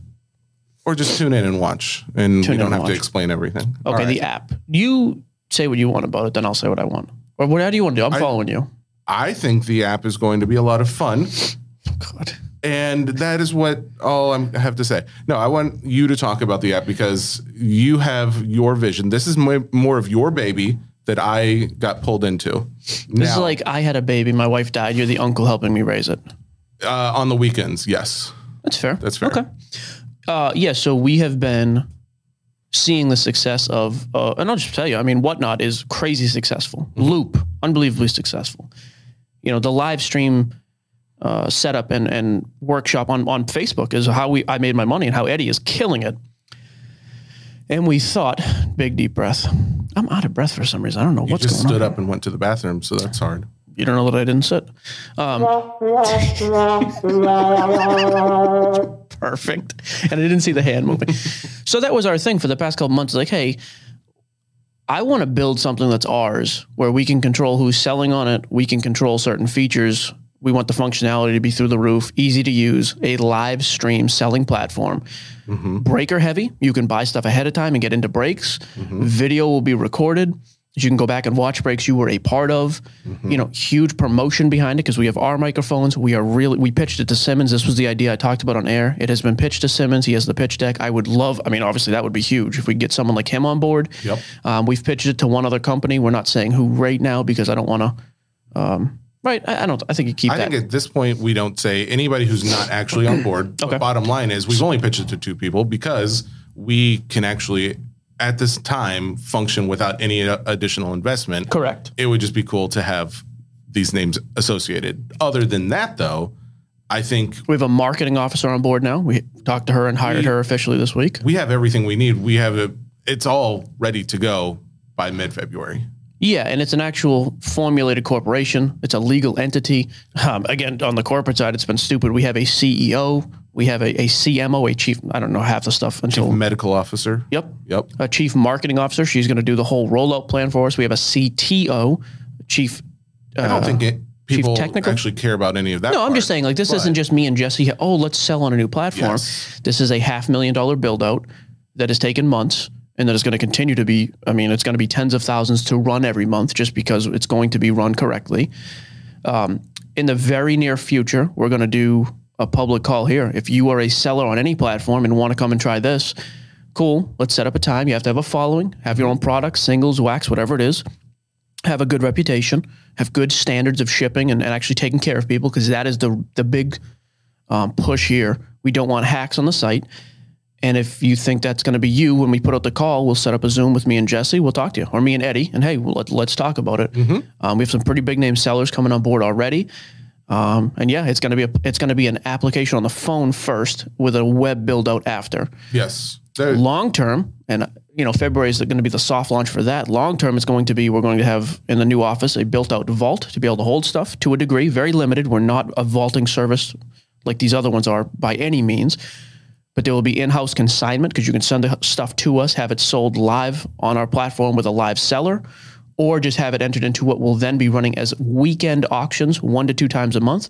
Speaker 4: or just tune in and watch and
Speaker 3: Tune
Speaker 4: we
Speaker 3: in
Speaker 4: don't
Speaker 3: and
Speaker 4: have to
Speaker 3: watch.
Speaker 4: explain everything All
Speaker 3: okay
Speaker 4: right.
Speaker 3: the app you say what you want about it then i'll say what i want or whatever you want to do i'm following you
Speaker 4: i think the app is going to be a lot of fun
Speaker 3: god
Speaker 4: and that is what all I'm, i have to say no i want you to talk about the app because you have your vision this is my, more of your baby that i got pulled into
Speaker 3: this is like i had a baby my wife died you're the uncle helping me raise it
Speaker 4: uh, on the weekends yes
Speaker 3: that's fair
Speaker 4: that's fair
Speaker 3: okay uh, yeah, so we have been seeing the success of, uh, and I'll just tell you, I mean, Whatnot is crazy successful.
Speaker 4: Mm-hmm.
Speaker 3: Loop, unbelievably successful. You know, the live stream uh, setup and and workshop on on Facebook is how we I made my money and how Eddie is killing it. And we thought, big deep breath. I'm out of breath for some reason. I don't know
Speaker 4: you
Speaker 3: what's
Speaker 4: just
Speaker 3: going
Speaker 4: stood
Speaker 3: on.
Speaker 4: up and went to the bathroom so that's hard
Speaker 3: You don't know that I didn't sit. Um, perfect. And I didn't see the hand moving. so that was our thing for the past couple months. Like, hey, I want to build something that's ours where we can control who's selling on it. We can control certain features. We want the functionality to be through the roof, easy to use, a live stream selling platform.
Speaker 4: Mm-hmm.
Speaker 3: Breaker heavy. You can buy stuff ahead of time and get into breaks. Video will be recorded. that you can go back and watch breaks you were a part of.
Speaker 4: Mm-hmm.
Speaker 3: You know, huge promotion behind it because we have our microphones. We are really we pitched it to Simmons. This was the idea I talked about on air. It has been pitched to Simmons. He has the pitch deck. I would love. I mean, obviously that would be huge if we could get someone like him on board.
Speaker 4: Yep.
Speaker 3: Um, we've pitched it to one other company. We're not saying who right now because I don't want to. Um, right. I, I don't. I think you keep
Speaker 4: I
Speaker 3: that.
Speaker 4: think at this point we don't say anybody who's not actually on board. But
Speaker 3: Okay.
Speaker 4: bottom line is we've only pitched it to two people because we can actually at this time function without any uh, additional investment.
Speaker 3: Correct.
Speaker 4: It would just be cool to have these names associated. Other than that though, I think
Speaker 3: we have a marketing officer on board now. We talked to her and hired her officially this week.
Speaker 4: we have everything we need. We have a, it's all ready to go by mid-February.
Speaker 3: Yeah, and it's an actual formulated corporation. It's a legal entity. Um, again, on the corporate side, it's been stupid. We have a CEO, we have a, a CMO, a chief. I don't know half the stuff until.
Speaker 4: Medical officer.
Speaker 3: Yep,
Speaker 4: Yep.
Speaker 3: a chief marketing officer. She's going to do the whole rollout plan for us. We have a CTO, chief.
Speaker 4: I don't think it, people
Speaker 3: Uh, technical?
Speaker 4: actually care about any of that.
Speaker 3: No, I'm just
Speaker 4: part.
Speaker 3: saying, like, this isn't just me and Jesse. Oh, let's sell on a new platform.
Speaker 4: Yes.
Speaker 3: This is a half million dollar build out that has taken months and that is going to continue to be, I mean, it's going to be tens of thousands to run every month just because it's going to be run correctly. Um, in the very near future, we're going to do a public call here. If you are a seller on any platform and want to come and try this, cool. Let's set up a time. You have to have a following, have your own products, singles, wax, whatever it is have a good reputation, have good standards of shipping and, and actually taking care of people because that is the the big um, push here. We don't want hacks on the site. And if you think that's going to be you when we put out the call, we'll set up a Zoom with me and Jesse. We'll talk to you, or me and Eddie, and hey, well, let, let's talk about it. Um, we have some pretty big name sellers coming on board already, um, and yeah, it's going to be a, it's going to be an application on the phone first with a web build out after
Speaker 4: Yes. There-
Speaker 3: long term and you know february is going to be the soft launch for that long term it's going to be we're going to have in the new office a built out vault to be able to hold stuff to a degree very limited we're not a vaulting service like these other ones are by any means but there will be in-house consignment because you can send the h- stuff to us have it sold live on our platform with a live seller or just have it entered into what will then be running as weekend auctions one to two times a month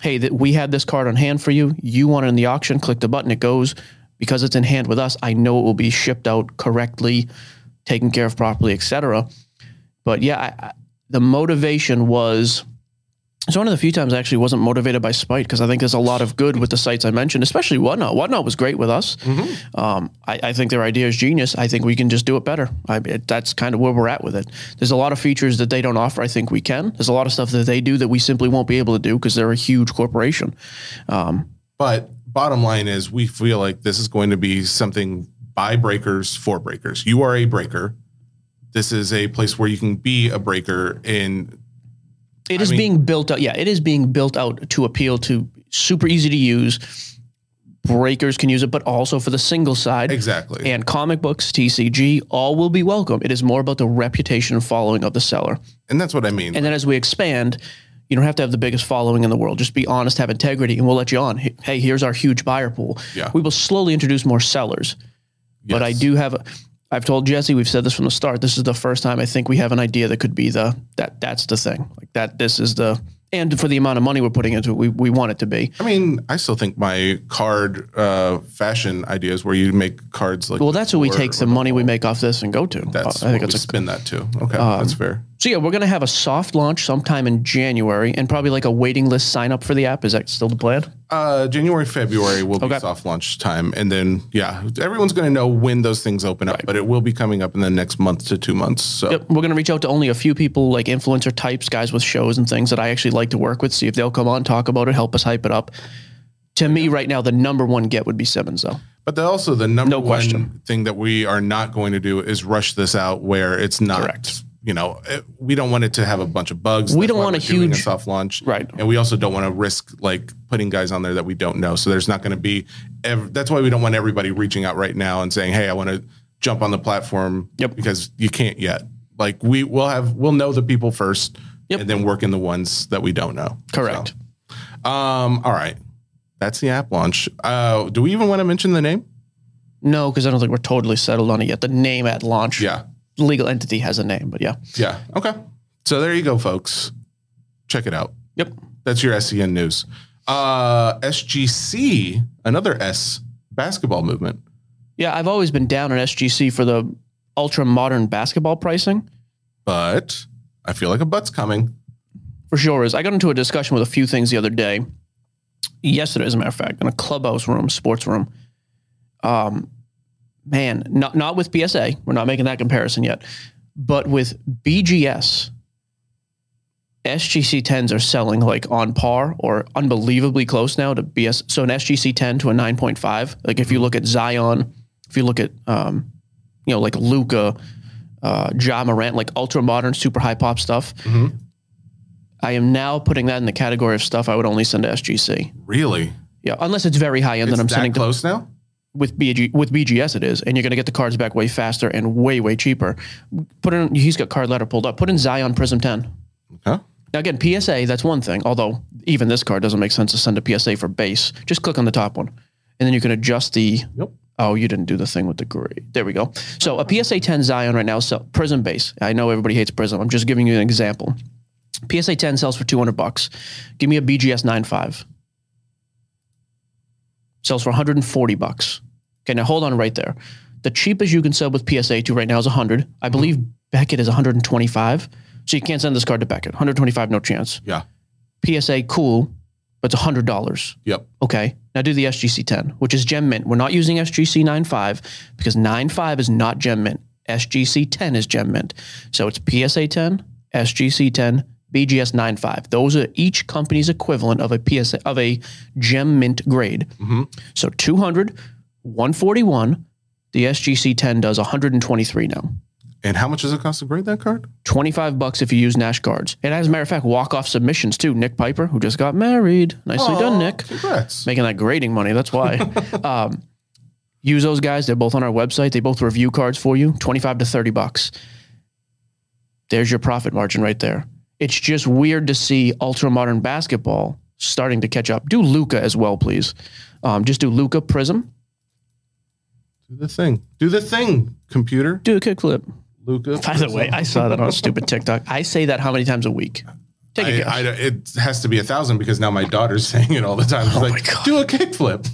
Speaker 3: hey that we had this card on hand for you you want it in the auction click the button it goes because it's in hand with us i know it will be shipped out correctly taken care of properly etc but yeah I, I, the motivation was it's one of the few times I actually wasn't motivated by spite because I think there's a lot of good with the sites I mentioned, especially Whatnot. Whatnot was great with us. Um, I, I think their idea is genius. I think we can just do it better. I, it, that's kind of where we're at with it. There's a lot of features that they don't offer. I think we can. There's a lot of stuff that they do that we simply won't be able to do because they're a huge corporation.
Speaker 4: But bottom line is, we feel like this is going to be something by breakers for breakers. You are a breaker. This is a place where you can be a breaker in
Speaker 3: It is being built out. Yeah, it is being built out to appeal to super easy to use. Breakers can use it, but also for the single side.
Speaker 4: exactly.
Speaker 3: and comic books, TCG, all will be welcome. It is more about the reputation and following of the seller.
Speaker 4: and that's what I mean.
Speaker 3: And then as we expand, you don't have to have the biggest following in the world. Just be honest, have integrity, and we'll let you on. Hey, hey, here's our huge buyer pool.
Speaker 4: Yeah.
Speaker 3: We will slowly introduce more sellers. But I
Speaker 4: Yes.
Speaker 3: do have, a, I've told Jesse, we've said this from the start. This is the first time I think we have an idea that could be the, that that's the thing. Like that, this is the, and for the amount of money we're putting into it, we, we want it to be.
Speaker 4: I mean, I still think my card uh, fashion ideas, where you make cards like
Speaker 3: Well, that's what we
Speaker 4: Or-
Speaker 3: take the money we make off this and go to.
Speaker 4: that's
Speaker 3: I think it's
Speaker 4: what we
Speaker 3: a Um,
Speaker 4: spin that too. Okay, that's fair.
Speaker 3: So yeah, we're gonna have a soft launch sometime in January, and probably like a waiting list sign up for the app. Is that still the plan?
Speaker 4: Uh, January, February will be
Speaker 3: Okay.
Speaker 4: soft launch time, and then yeah, everyone's going to know when those things open up, but it will be coming up in the next month to two months. So
Speaker 3: Yep. We're gonna reach out to only a few people, like influencer types, guys with shows and things that I actually like to work with. See if they'll come on, talk about it, help us hype it up. To me, right now, the number one get would be Simmons, though.
Speaker 4: But the, also the number
Speaker 3: No
Speaker 4: one
Speaker 3: question.
Speaker 4: thing that we are not going to do is rush this out where it's not.
Speaker 3: Correct.
Speaker 4: You know, it, we don't want it to have a bunch of bugs.
Speaker 3: We
Speaker 4: That's
Speaker 3: don't
Speaker 4: why
Speaker 3: want a
Speaker 4: we're doing
Speaker 3: huge-
Speaker 4: soft launch,
Speaker 3: Right.
Speaker 4: And we also don't want to risk like putting guys on there that we don't know. So there's not going to be. Ev- that's why we don't want everybody reaching out right now and saying, "Hey, I want to jump on the platform."
Speaker 3: Yep.
Speaker 4: Because you can't yet. Like we will have, we'll know the people first,
Speaker 3: Yep.
Speaker 4: and then work in the ones that we don't know.
Speaker 3: Correct.
Speaker 4: So, um. All right. That's the app launch. Uh, do we even want to mention the name?
Speaker 3: No, because I don't think we're totally settled on it yet. The name at launch,
Speaker 4: Yeah.
Speaker 3: legal entity has a name, but yeah.
Speaker 4: Yeah. Okay. So there you go, folks. Check it out.
Speaker 3: Yep.
Speaker 4: That's your SEN news. Uh, SGC, another S basketball movement.
Speaker 3: Yeah, I've always been down on SGC for the ultra modern basketball pricing.
Speaker 4: but I feel like a butt's coming.
Speaker 3: for sure is I got into a discussion with a few things the other day, yesterday, as a matter of fact, in a clubhouse room, sports room. Um, man, not not with PSA. We're not making that comparison yet, but with BGS, SGC tens are selling like on par or unbelievably close now to BS. So an SGC ten to a nine point five. Like if you look at Zion, if you look at um, you know like Luca. Uh, ja Morant, like ultra modern, super high pop stuff. I am now putting that in the category of stuff I would only send to SGC.
Speaker 4: Really?
Speaker 3: Yeah, unless it's very high end,
Speaker 4: It's
Speaker 3: then I'm
Speaker 4: that
Speaker 3: sending to,
Speaker 4: close now?
Speaker 3: with BG with BGS. It is, and you're going to get the cards back way faster and way way cheaper. Put in he's got card letter pulled up. Put in Zion Prism ten.
Speaker 4: Huh?
Speaker 3: Now again, PSA that's one thing. Although even this card doesn't make sense to send to PSA for base. Just click on the top one, and then you can adjust the.
Speaker 4: Yep.
Speaker 3: Oh, you didn't do the thing with the grade. There we go. So a PSA ten Zion right now. So Prism base. I know everybody hates Prism. I'm just giving you an example. PSA 10 sells for 200 bucks. Give me a BGS 9.5. Sells for 140 bucks. Okay, now hold on right there. The cheapest you can sell with PSA 2 right now is 100. I believe Beckett is 125. So you can't send this card to Beckett. 125, no chance.
Speaker 4: Yeah.
Speaker 3: PSA, cool, but it's $100.
Speaker 4: Yep.
Speaker 3: Okay, now do the SGC 10, which is gem mint. We're not using SGC 9.5 because 9.5 is not gem mint. SGC 10 is gem mint. So it's PSA 10, SGC 10, BGS 9.5. Those are each company's equivalent of a PSA of a gem mint grade. So 200, 141, the SGC 10 does 123 now.
Speaker 4: And how much does it cost to grade that card?
Speaker 3: 25 bucks if you use Nash cards. And as a matter of fact, walk off submissions too. Nick Piper, who just got married. Nicely done, Nick
Speaker 4: Congrats.
Speaker 3: making that grading money. That's why. um, use those guys. They're both on our website. They both review cards for you, 25 to 30 bucks. There's your profit margin right there. It's just weird to see ultra modern basketball starting to catch up. Do Luca as well, please. Um, just do Luca Prism.
Speaker 4: Do the thing. Do the thing, computer.
Speaker 3: Do a kickflip.
Speaker 4: Luca.
Speaker 3: By the way, I saw that on a stupid TikTok. I say that how many times a week? Take a
Speaker 4: I,
Speaker 3: guess.
Speaker 4: I, it has to be a thousand because now my daughter's saying it all the
Speaker 3: Oh
Speaker 4: time. She's like, do a kickflip.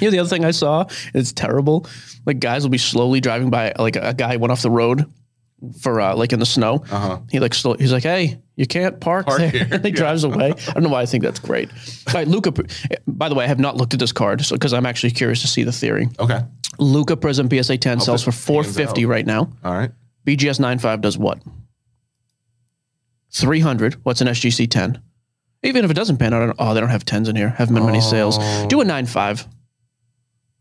Speaker 3: You know, the other thing I saw, and it's terrible. Like guys will be slowly driving by. Like a guy went off the road for uh, like in the snow.
Speaker 4: Uh-huh.
Speaker 3: He like slow, he's like, "Hey, you can't park,
Speaker 4: Park
Speaker 3: there."
Speaker 4: here.
Speaker 3: and he drives away. I don't know why I think that's great. All right, Luca. By the way, I have not looked at this card because I'm actually curious to see the theory.
Speaker 4: Okay.
Speaker 3: Luca Prism PSA 10 sells for
Speaker 4: this pans
Speaker 3: 450
Speaker 4: out.
Speaker 3: right now.
Speaker 4: All right.
Speaker 3: BGS 95 does what? 300. What's an SGC 10? Even if it doesn't pan out, I don't- oh, they don't have 10s in here. Haven't been many sales. Do a 95.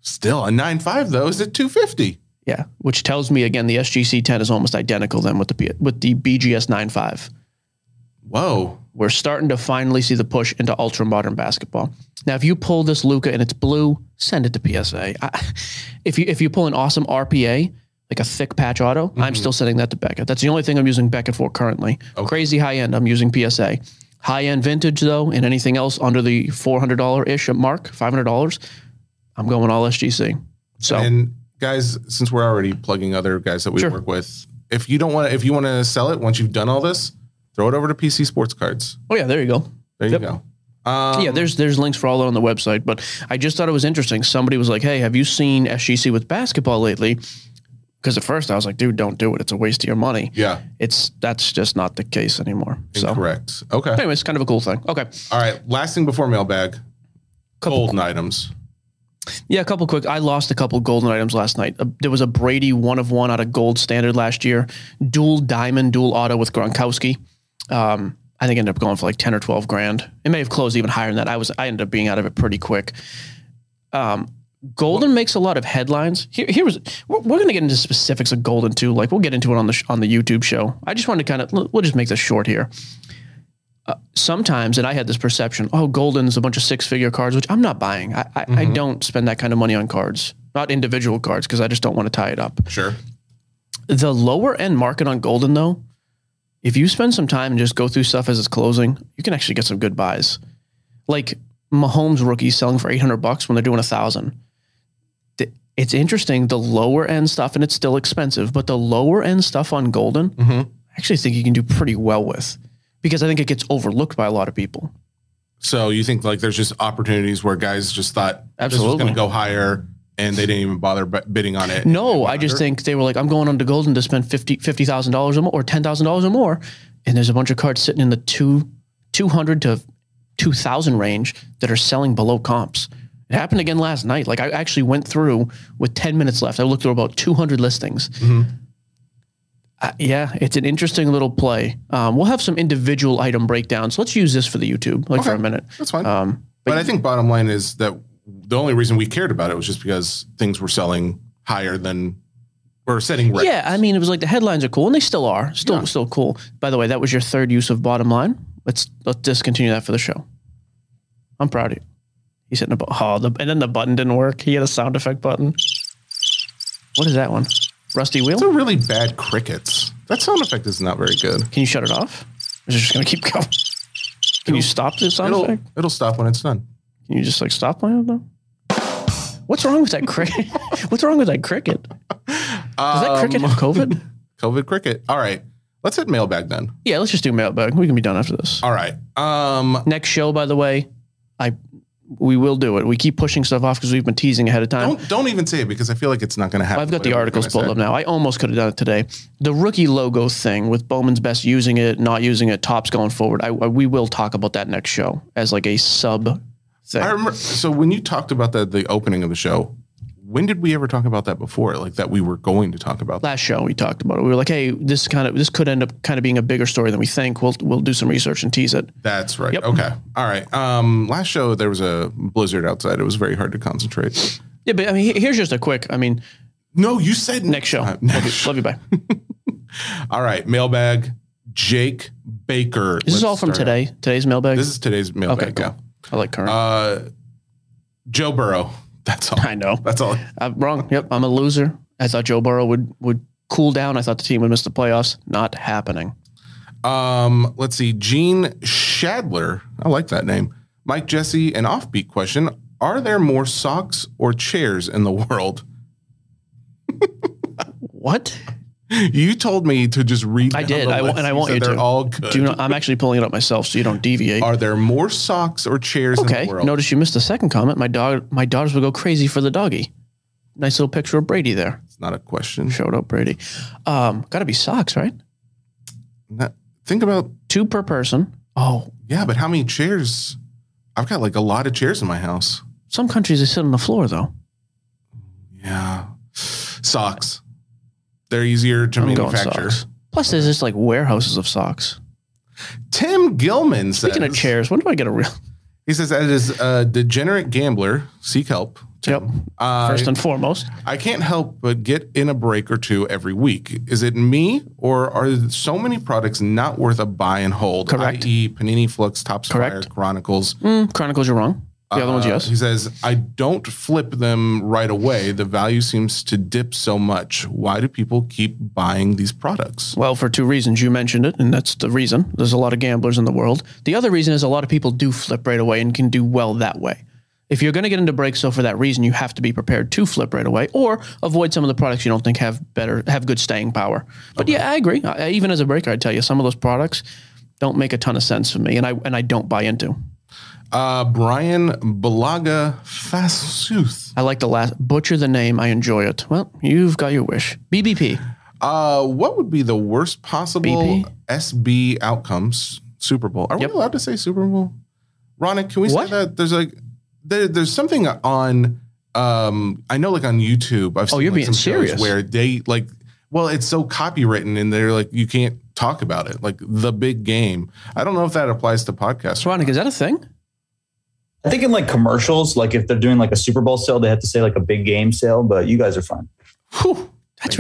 Speaker 4: Still a nine five though is at 250.
Speaker 3: Yeah, which tells me again the SGC 10 is almost identical then with the P- with the BGS 95.
Speaker 4: Whoa.
Speaker 3: We're starting to finally see the push into ultra modern basketball. Now, if you pull this Luca and it's blue, send it to PSA. I, if you if you pull an awesome RPA like a thick patch auto, I'm still sending that to Beckett. That's the only thing I'm using Beckett for currently. Crazy high end, I'm using PSA. High end vintage though, and anything else under the $400 ish mark, $500, I'm going all SGC. So
Speaker 4: And guys, since we're already plugging other guys that we
Speaker 3: Sure.
Speaker 4: work with, if you don't want to, if you want to sell it once you've done all this, throw it over to PC Sports Cards.
Speaker 3: oh yeah, there you go.
Speaker 4: There
Speaker 3: Yep.
Speaker 4: you go. Um,
Speaker 3: yeah, there's there's links for all that on the website. But I just thought it was interesting. Somebody was like, "Hey, have you seen SGC with basketball lately?" Because at first I was like, "Dude, don't do it. It's a waste of your money."
Speaker 4: yeah.
Speaker 3: It's that's just not the case anymore. So,
Speaker 4: Incorrect. Okay.
Speaker 3: anyway, it's kind of a cool thing. Okay,
Speaker 4: All right. Last thing before mailbag. Golden items.
Speaker 3: yeah, a couple quick. I lost a couple golden items last night. Uh, there was a Brady one of one out of gold standard last year, dual diamond, dual auto with Gronkowski. Um, I think it ended up going for like ten or twelve grand. It may have closed even higher than that. I was I ended up being out of it pretty quick. Um, Golden makes a lot of headlines. Here, here was we're, we're going to get into specifics of Golden too. Like we'll get into it on the sh- on the YouTube show. I just wanted to kind of we'll just make this short here. Uh, sometimes, and I had this perception: oh, Golden's a bunch of six figure cards, which I'm not buying. I I, I don't spend that kind of money on cards, not individual cards, because I just don't want to tie it up.
Speaker 4: Sure.
Speaker 3: The lower end market on Golden though, if you spend some time and just go through stuff as it's closing, you can actually get some good buys. Like Mahomes rookies selling for 800 bucks when they're doing a thousand th- it's interesting the lower end stuff and it's still expensive but the lower end stuff on golden
Speaker 4: Mm-hmm.
Speaker 3: i actually think you can do pretty well with because i think it gets overlooked by a lot of people
Speaker 4: So you think like there's just opportunities where guys just thought
Speaker 3: Absolutely.
Speaker 4: this was going to go higher and they didn't even bother b- bidding on it.
Speaker 3: No, I just think they were like, I'm going on to Golden to spend fifty fifty thousand dollars or more, or ten thousand dollars or more, and there's a bunch of cards sitting in the two two hundred to two thousand range that are selling below comps. It happened again last night. Like I actually went through with ten minutes left. I looked through about two hundred listings. Uh, yeah, it's an interesting little play. Um, we'll have some individual item breakdowns. Let's use this for the YouTube, like for a minute.
Speaker 4: That's fine.
Speaker 3: Um,
Speaker 4: but I think bottom line is that the only reason we cared about it was just because things were selling higher than or setting records.
Speaker 3: Yeah, I mean, it was like the headlines are cool, and they still are, still still cool. By the way, that was your third use of bottom line. Let's let's discontinue that for the show. I'm proud of you. He's hitting a button. Oh, the, and then the button didn't work. He had a sound effect button. What is that one? Rusty wheel?
Speaker 4: It's a really bad crickets. That sound effect is not very good.
Speaker 3: Can you shut it off? Or is it just gonna keep going? Can you stop the sound
Speaker 4: It'll
Speaker 3: effect?
Speaker 4: it'll stop when it's done.
Speaker 3: Can you just like stop playing it though? What's wrong with that cricket? What's wrong with that cricket? Does that cricket
Speaker 4: Um,
Speaker 3: have COVID?
Speaker 4: COVID cricket. All right. Let's hit mailbag then.
Speaker 3: yeah, let's just do mailbag. We can be done after this.
Speaker 4: All right. Um
Speaker 3: Next show, by the way, I we will do it. We keep pushing stuff off because we've been teasing ahead of time.
Speaker 4: don't don't even say it because I feel like it's not going to happen.
Speaker 3: I've got
Speaker 4: Whatever
Speaker 3: the
Speaker 4: we're
Speaker 3: articles
Speaker 4: gonna
Speaker 3: pulled
Speaker 4: say.
Speaker 3: up now. I almost could have done it today. The rookie logo thing with Bowman's best using it, not using it, tops going forward. I, I- we will talk about that next show as like a sub thing.
Speaker 4: I remember. So when you talked about that, the opening of the show, when did we ever talk about that before? Like that we were going to talk about that.
Speaker 3: Last show we talked about it. We were like, hey, this kind of this could end up kind of being a bigger story than we think. We'll we'll do some research and tease it.
Speaker 4: That's right.
Speaker 3: Yep.
Speaker 4: Okay. All right. Um, last show there was a blizzard outside. It was very hard to concentrate.
Speaker 3: Yeah, but I mean, he- here's just a quick. I mean,
Speaker 4: No, you said
Speaker 3: next show.
Speaker 4: Uh,
Speaker 3: Love you, love you, bye.
Speaker 4: All right. Mailbag. Jake Baker.
Speaker 3: This is all from today. Today's mailbag.
Speaker 4: This is today's mailbag.
Speaker 3: okay, cool. I like current.
Speaker 4: Yeah. Uh, Joe Burrow. That's all.
Speaker 3: I know.
Speaker 4: That's all.
Speaker 3: I'm wrong. Yep, I'm a loser. I thought Joe Burrow would would cool down. I thought the team would miss the playoffs. Not happening.
Speaker 4: Um, let's see. Gene Shadler. I like that name. Mike Jesse, an offbeat question. Are there more socks or chairs in the world?
Speaker 3: What?
Speaker 4: You told me to just read.
Speaker 3: I
Speaker 4: down
Speaker 3: did.
Speaker 4: the
Speaker 3: I, wa-
Speaker 4: list.
Speaker 3: and I want
Speaker 4: said
Speaker 3: you
Speaker 4: they're
Speaker 3: to.
Speaker 4: all good.
Speaker 3: Do you know, I'm actually pulling it up myself, so you don't deviate.
Speaker 4: Are there more socks or chairs in
Speaker 3: okay.
Speaker 4: the world?
Speaker 3: Notice you missed the second comment. My dog, my daughters would go crazy for the doggy. Nice little picture of Brady there.
Speaker 4: It's not a question.
Speaker 3: Showed up Brady. Um, Got to be socks, right?
Speaker 4: Not- think about
Speaker 3: Two per person. Oh,
Speaker 4: yeah, but how many chairs? I've got like a lot of chairs in my house.
Speaker 3: some countries they sit on the floor though.
Speaker 4: Yeah, socks. They're easier to
Speaker 3: I'm going
Speaker 4: manufacture.
Speaker 3: socks. Plus, there's just like warehouses of socks.
Speaker 4: Tim Gilman says.
Speaker 3: Speaking of chairs, when do I get a real?
Speaker 4: He says, as a degenerate gambler, seek help.
Speaker 3: Yep.
Speaker 4: Uh,
Speaker 3: First and foremost.
Speaker 4: I can't help but get in a break or two every week. Is it me, or are so many products not worth a buy and hold?
Speaker 3: Correct.
Speaker 4: I.e., Panini Flux, Topps Fire,
Speaker 3: Correct.
Speaker 4: Chronicles.
Speaker 3: Mm, Chronicles, you're wrong. The other one's
Speaker 4: Uh,
Speaker 3: yes.
Speaker 4: He says, I don't flip them right away. The value seems to dip so much. Why do people keep buying these products?
Speaker 3: Well, for two reasons. You mentioned it, and that's the reason. There's a lot of gamblers in the world. The other reason is a lot of people do flip right away and can do well that way. If you're going to get into break sale for that reason, you have to be prepared to flip right away or avoid some of the products you don't think have better have good staying power. But yeah, I agree. I, I- even as a breaker, I tell you, some of those products don't make a ton of sense for me, and I and I don't buy into.
Speaker 4: Uh, Brian Balaga Fasuth.
Speaker 3: I like the last butcher the name. I enjoy it. Well, you've got your wish. BBP.
Speaker 4: Uh, what would be the worst possible
Speaker 3: BP?
Speaker 4: SB outcomes? Super Bowl. Are
Speaker 3: Yep.
Speaker 4: we allowed to say Super Bowl? Ronick, can we
Speaker 3: What?
Speaker 4: say that? There's like there, there's something on um I know like on YouTube I've
Speaker 3: Oh, you're
Speaker 4: like,
Speaker 3: being
Speaker 4: shows
Speaker 3: serious.
Speaker 4: where they like well it's so copywritten and they're like you can't talk about it like the big game. I don't know if that applies to podcasts.
Speaker 3: Veronica, is that a thing?
Speaker 5: I think in like commercials, like if they're doing like a Super Bowl sale, they have to say like a big game sale. But you guys are fine.
Speaker 3: Whew, that's
Speaker 4: Thank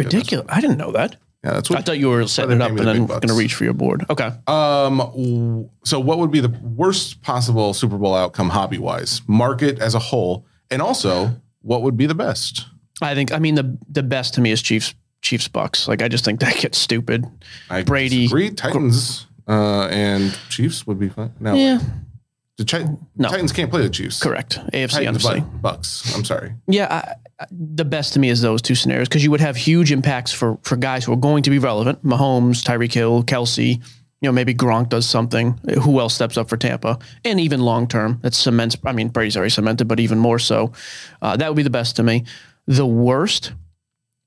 Speaker 4: goodness.
Speaker 3: ridiculous. I didn't know that.
Speaker 4: Yeah, that's
Speaker 3: I
Speaker 4: what
Speaker 3: thought you were setting it
Speaker 4: they
Speaker 3: up
Speaker 4: pay
Speaker 3: and
Speaker 4: me the
Speaker 3: then
Speaker 4: big bucks.
Speaker 3: going to reach for your board. Okay.
Speaker 4: Um. w- So, what would be the worst possible Super Bowl outcome, hobby-wise, market as a whole, and also what would be the best?
Speaker 3: I think, I mean, the the best to me is Chiefs, Chiefs Bucks. Like, I just think that gets stupid.
Speaker 4: I
Speaker 3: Brady.
Speaker 4: three Titans, uh, and Chiefs would be fun. No,
Speaker 3: Yeah.
Speaker 4: the Chi-
Speaker 3: No.
Speaker 4: Titans can't play the Chiefs.
Speaker 3: Correct. AFC,
Speaker 4: Titans,
Speaker 3: NFC.
Speaker 4: but Bucks. I'm sorry.
Speaker 3: Yeah, I, I- the best to me is those two scenarios because you would have huge impacts for for guys who are going to be relevant: Mahomes, Tyreek Hill, Kelsey, you know, maybe Gronk does something. Who else steps up for Tampa? And even long term, that cements. I mean, Brady's already cemented, but even more so. Uh, that would be the best to me. The worst,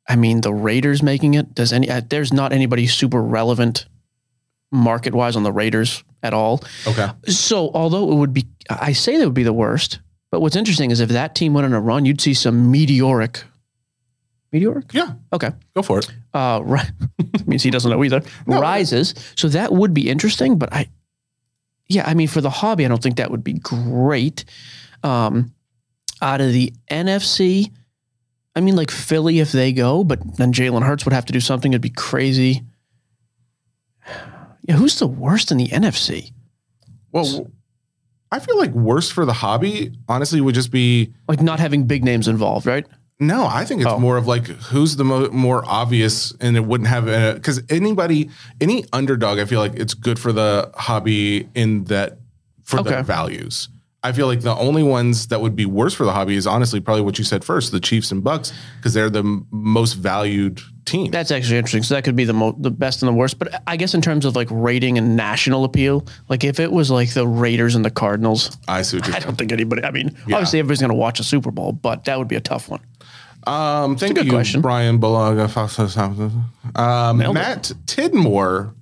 Speaker 3: I mean, the Raiders making it. Does any? Uh, there's not anybody super relevant market wise on the Raiders at all.
Speaker 4: Okay.
Speaker 3: So although it would be, I say that would be the worst. But what's interesting is if that team went on a run, you'd see some meteoric. Meteoric?
Speaker 4: Yeah.
Speaker 3: Okay
Speaker 4: Go for it.
Speaker 3: uh, ri- means he doesn't know either. rises, so that would be interesting. But I, yeah, I mean, for the hobby, I don't think that would be great. Um, out of the NFC, I mean, like Philly if they go, but then Jalen Hurts would have to do something. It'd be crazy. Yeah, who's the worst in the NFC?
Speaker 4: Well, I feel like worse for the hobby, honestly, would just be
Speaker 3: Like not having big names involved, right?
Speaker 4: no. I think it's
Speaker 3: Oh.
Speaker 4: more of like who's the mo- more obvious, and it wouldn't have because anybody, any underdog, I feel like it's good for the hobby in that for
Speaker 3: Okay.
Speaker 4: their values. I feel like the only ones that would be worse for the hobby is honestly probably what you said first, the Chiefs and Bucks, because they're the m- most valued team.
Speaker 3: That's actually interesting. So that could be the mo- the best and the worst. But I guess in terms of like rating and national appeal, like if it was like the Raiders and the Cardinals,
Speaker 4: I see what you're
Speaker 3: I
Speaker 4: saying.
Speaker 3: don't think anybody. I mean, obviously everybody's going to watch a Super Bowl, but that would be a tough one.
Speaker 4: Um, thank
Speaker 3: good
Speaker 4: you,
Speaker 3: question.
Speaker 4: Brian Balaga. Um, Matt Tidmore.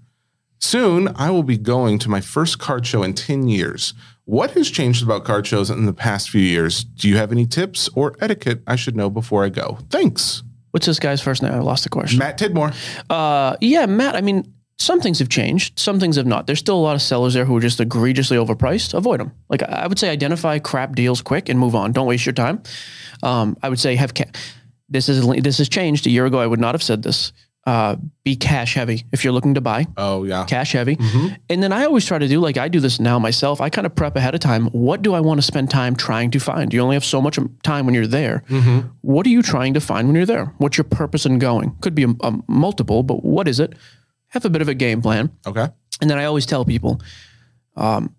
Speaker 4: Soon, I will be going to my first card show in 10 years. What has changed about card shows in the past few years? Do you have any tips or etiquette I should know before I go? Thanks,
Speaker 3: What's this guy's first name? I lost the question.
Speaker 4: Matt Tidmore.
Speaker 3: Uh, yeah, Matt. I mean, some things have changed, some things have not. There's still a lot of sellers there who are just egregiously overpriced. Avoid them. Like I I would say, identify crap deals quick and move on. Don't waste your time. Um, I would say have ca- this is this has changed. A year ago, I would not have said this. Uh, be cash heavy if you're looking to buy.
Speaker 4: Oh, yeah.
Speaker 3: cash heavy. And then I always try to do like I do this now myself. I kind of prep ahead of time. What do I want to spend time trying to find? You only have so much time when you're there. What are you trying to find when you're there? What's your purpose in going? Could be a, a multiple, but what is it? Have a bit of a game plan.
Speaker 4: Okay.
Speaker 3: And then I always tell people, um,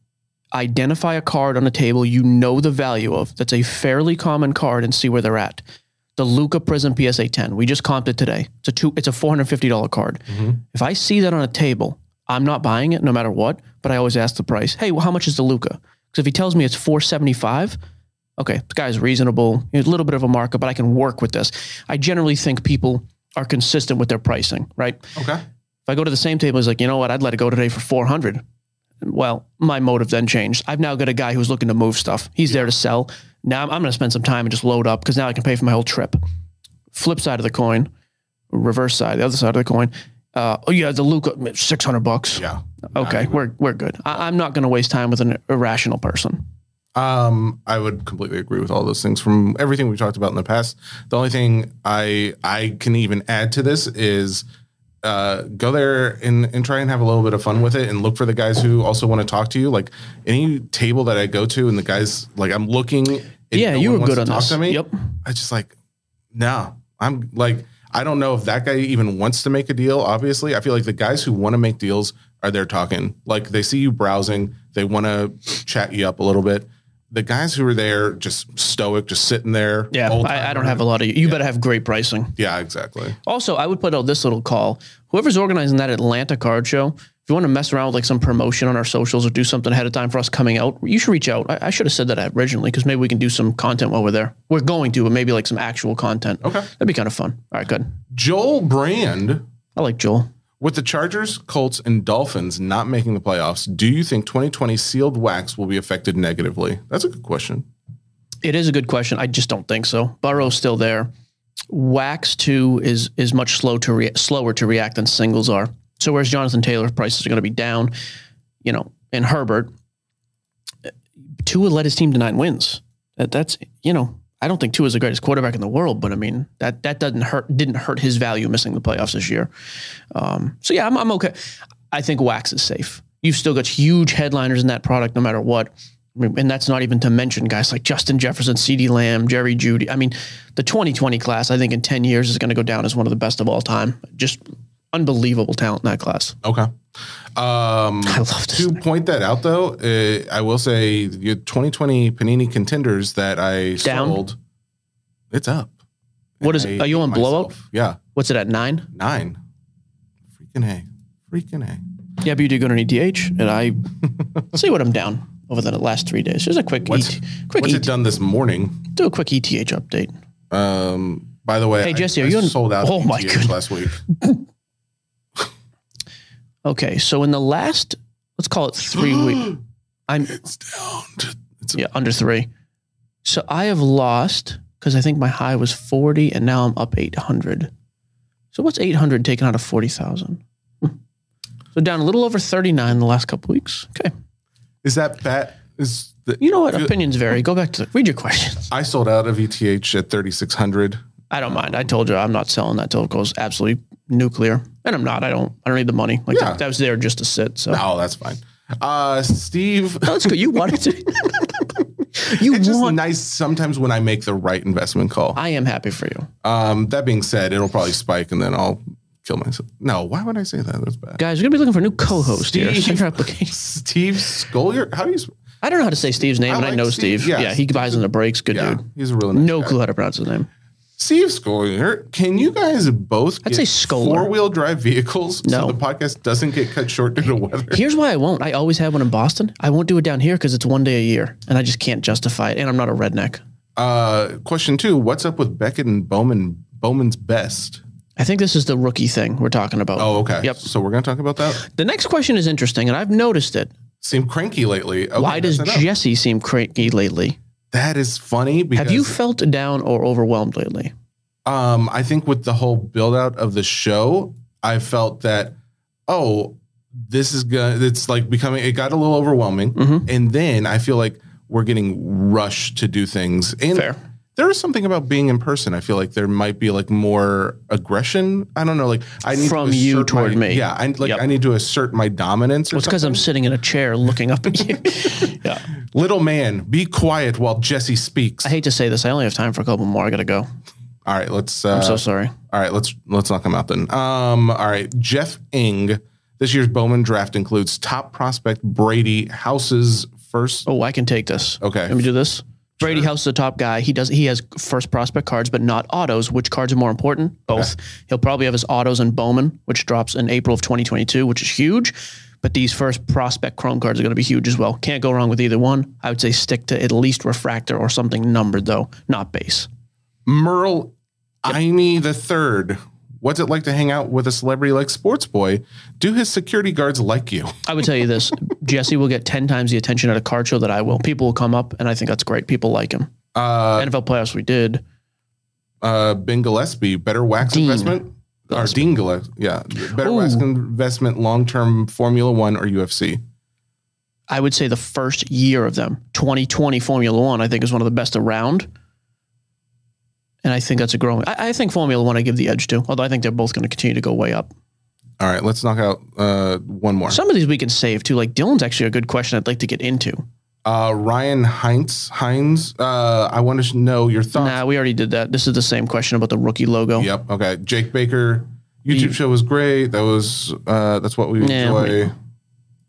Speaker 3: identify a card on a table you know the value of. That's a fairly common card, and see where they're at. The Luca Prism PSA 10. We just comped it today. It's a two. It's a four hundred fifty dollar card. If I see that on a table, I'm not buying it no matter what. But I always ask the price. Hey, well, how much is the Luca? Because if he tells me it's four seventy five, okay, this guy's reasonable. A little bit of a markup, but I can work with this. I generally think people are consistent with their pricing, right?
Speaker 4: Okay.
Speaker 3: If I go to the same table, he's like, you know what? I'd let it go today for 400. Well, my motive then changed. I've now got a guy who's looking to move stuff. He's there to sell. Now I'm, I'm going to spend some time and just load up because now I can pay for my whole trip. Flip side of the coin, reverse side, the other side of the coin. Uh, oh yeah, the Luca, 600 bucks.
Speaker 4: Yeah.
Speaker 3: okay, we're, we're good. I, I'm not going to waste time with an irrational person.
Speaker 4: Um, I would completely agree with all those things from everything we talked about in the past. The only thing I I can even add to this is uh, go there and, and try and have a little bit of fun with it and look for the guys who also want to talk to you. Like any table that I go to and the guys like I'm looking. and
Speaker 3: yeah,
Speaker 4: no
Speaker 3: you
Speaker 4: one
Speaker 3: were
Speaker 4: wants
Speaker 3: good
Speaker 4: to
Speaker 3: on
Speaker 4: talk
Speaker 3: this.
Speaker 4: To me,
Speaker 3: Yep.
Speaker 4: I just like no. I'm like I don't know if that guy even wants to make a deal. Obviously, I feel like the guys who want to make deals are there talking. Like they see you browsing, they want to chat you up a little bit. The guys who are there just stoic, just sitting there.
Speaker 3: Yeah, I, I don't have a lot of you. You better have great pricing.
Speaker 4: Yeah, exactly.
Speaker 3: Also, I would put out this little call. Whoever's organizing that Atlanta card show, if you want to mess around with like some promotion on our socials or do something ahead of time for us coming out, you should reach out. I, I should have said that originally because maybe we can do some content while we're there. We're going to, but maybe like some actual content.
Speaker 4: Okay.
Speaker 3: That'd be kind of fun. All right, good.
Speaker 4: Joel Brand
Speaker 3: I like Joel.
Speaker 4: with the Chargers, Colts, and Dolphins not making the playoffs. Do you think 2020 sealed wax will be affected negatively? That's a good question.
Speaker 3: It is a good question. I just don't think so. Burrow's still there. Wax two is is much slow to rea- slower to react than singles are. So whereas Jonathan Taylor's prices are going to be down, you know, and Herbert, Tua led his team to nine wins. That, that's you know, I don't think Tua's the greatest quarterback in the world, but I mean that that doesn't hurt didn't hurt his value missing the playoffs this year. Um, so yeah, I'm, I'm okay. I think Wax is safe. You've still got huge headliners in that product, no matter what. I mean, and that's not even to mention guys like Justin Jefferson, C.D. Lamb, Jerry Judy. I mean, the 2020 class, I think in 10 years is going to go down as one of the best of all time. Just unbelievable talent in that class.
Speaker 4: Okay. Um,
Speaker 3: I love this.
Speaker 4: to point that out though, uh, I will say your 2020 Panini contenders that I
Speaker 3: Down?
Speaker 4: sold, it's up.
Speaker 3: What is?
Speaker 4: I
Speaker 3: Are you
Speaker 4: hate
Speaker 3: on blowout?
Speaker 4: myself. Yeah,
Speaker 3: What's it at nine?
Speaker 4: nine. Freaking a, freaking a.
Speaker 3: Yeah, but you do go to an EDH, and I see what I'm down over the last three days. Just a quick
Speaker 4: What's,
Speaker 3: ET, quick
Speaker 4: what's
Speaker 3: ET,
Speaker 4: it done this morning?
Speaker 3: do a quick ETH update.
Speaker 4: Um, by the way,
Speaker 3: Hey,
Speaker 4: I-
Speaker 3: Jesse, are
Speaker 4: I
Speaker 3: you on-
Speaker 4: sold out?
Speaker 3: Oh,
Speaker 4: Oh
Speaker 3: my
Speaker 4: my
Speaker 3: goodness.
Speaker 4: Last week,
Speaker 3: Okay, so in the last, let's call it three weeks, I'm
Speaker 4: it's down. To, it's
Speaker 3: yeah under three. So I have lost because I think my high was forty, and now I'm up eight hundred. So what's eight hundred taken out of forty thousand? So down a little over thirty nine in the last couple weeks. Okay,
Speaker 4: Is that bad? Is the,
Speaker 3: you know what? Opinions vary. Go back to the, read your questions.
Speaker 4: I sold out of ETH at thirty six hundred.
Speaker 3: I don't mind. I told you I'm not selling that till it goes absolutely nuclear, and I'm not. I don't. I don't need the money. Like
Speaker 4: Yeah.
Speaker 3: that, that was there just to sit. So
Speaker 4: No, Oh, that's fine. Uh, Steve,
Speaker 3: No, let's go. You wanted to. you
Speaker 4: it's just
Speaker 3: want.
Speaker 4: nice sometimes when I make the right investment call.
Speaker 3: I am happy for you,
Speaker 4: Um, that being said, it'll probably spike and then I'll kill myself. No, why would I say that? That's bad.
Speaker 3: guys. We're gonna be looking for a new co-host here.
Speaker 4: Steve.
Speaker 3: Send your application.
Speaker 4: Steve Scollier, how do you? s-
Speaker 3: I don't know how to say Steve's name,
Speaker 4: I
Speaker 3: and I
Speaker 4: like
Speaker 3: know
Speaker 4: Steve,
Speaker 3: Steve.
Speaker 4: yeah.
Speaker 3: Yeah, he buys in the breaks. Good
Speaker 4: Yeah,
Speaker 3: dude.
Speaker 4: he's a really nice
Speaker 3: No
Speaker 4: guy.
Speaker 3: clue how to pronounce his name.
Speaker 4: Steve Scollier, can you guys both?
Speaker 3: I'd say Scholar.
Speaker 4: Four wheel drive vehicles,
Speaker 3: No.
Speaker 4: so the podcast doesn't get cut short due to weather.
Speaker 3: Here's why I won't. I always have one in Boston. I won't do it down here because it's one day a year, and I just can't justify it. And I'm not a redneck.
Speaker 4: Uh, question two: What's up with Beckett and Bowman? Bowman's best.
Speaker 3: I think this is the rookie thing we're talking about.
Speaker 4: Oh, okay.
Speaker 3: Yep.
Speaker 4: So we're gonna talk about that.
Speaker 3: The next question is interesting, and I've noticed it.
Speaker 4: Seem cranky lately. Okay,
Speaker 3: Why does
Speaker 4: mess it up.
Speaker 3: Jesse seem cranky lately?
Speaker 4: that is funny? Because
Speaker 3: Have you felt down or overwhelmed lately?
Speaker 4: um, I think with the whole build out of the show, I felt that oh, this is gonna. It's like becoming. It got a little overwhelming,
Speaker 3: Mm-hmm.
Speaker 4: and then I feel like we're getting rushed to do things. And
Speaker 3: Fair.
Speaker 4: There is something about being in person. I feel like there might be like more aggression. I don't know. Like I need
Speaker 3: From
Speaker 4: to
Speaker 3: you
Speaker 4: assert
Speaker 3: toward
Speaker 4: my-
Speaker 3: me.
Speaker 4: Yeah, I like
Speaker 3: Yep.
Speaker 4: I need to assert my dominance. Or
Speaker 3: Well, it's because I'm sitting in a chair looking up at you. yeah.
Speaker 4: little man, be quiet while Jesse speaks.
Speaker 3: I hate to say this. I only have time for a couple more. I gotta go.
Speaker 4: All right, let's. Uh,
Speaker 3: I'm so sorry.
Speaker 4: All right, let's let's knock him out then. Um, all right, Jeff Ing. This year's Bowman draft includes top prospect Brady House's first.
Speaker 3: Oh, I can take this.
Speaker 4: Okay.
Speaker 3: Let me do this. Brady House is the top guy. He does. He has first prospect cards, but not autos. Which cards are more important? Both. He'll probably have his autos and Bowman, which drops in April of 2022, which is huge. But these first prospect Chrome cards are going to be huge as well. Can't go wrong with either one. I would say stick to at least refractor or something numbered though, not base.
Speaker 4: Merle Imey the third. What's it like to hang out with a celebrity like Sports Boy? Do his security guards like you?
Speaker 3: I would tell you this: Jesse will get ten times the attention at a card show that I will. People will come up, and I think that's great. People like him.
Speaker 4: Uh,
Speaker 3: NFL playoffs, we did.
Speaker 4: uh, ben Gillespie, better wax
Speaker 3: Dean
Speaker 4: investment or Dean Gillespie? Yeah, better wax
Speaker 3: Ooh.
Speaker 4: investment, long term Formula One or UFC.
Speaker 3: I would say the first year of them, 2020 Formula One, I think is one of the best around. And I think that's a growing. I, I think Formula One I give the edge to, although I think they're both going to continue to go way up.
Speaker 4: All right, let's knock out uh, one more.
Speaker 3: Some of these we can save too. Like Dylan's actually a good question I'd like to get into.
Speaker 4: Uh, Ryan Heinz, Heinz. Uh, I want to know your thoughts.
Speaker 3: Nah, we already did that. This is the same question about the rookie logo.
Speaker 4: Yep. Okay. Jake Baker YouTube show was great. That was uh, that's what we
Speaker 3: Yeah,
Speaker 4: enjoy.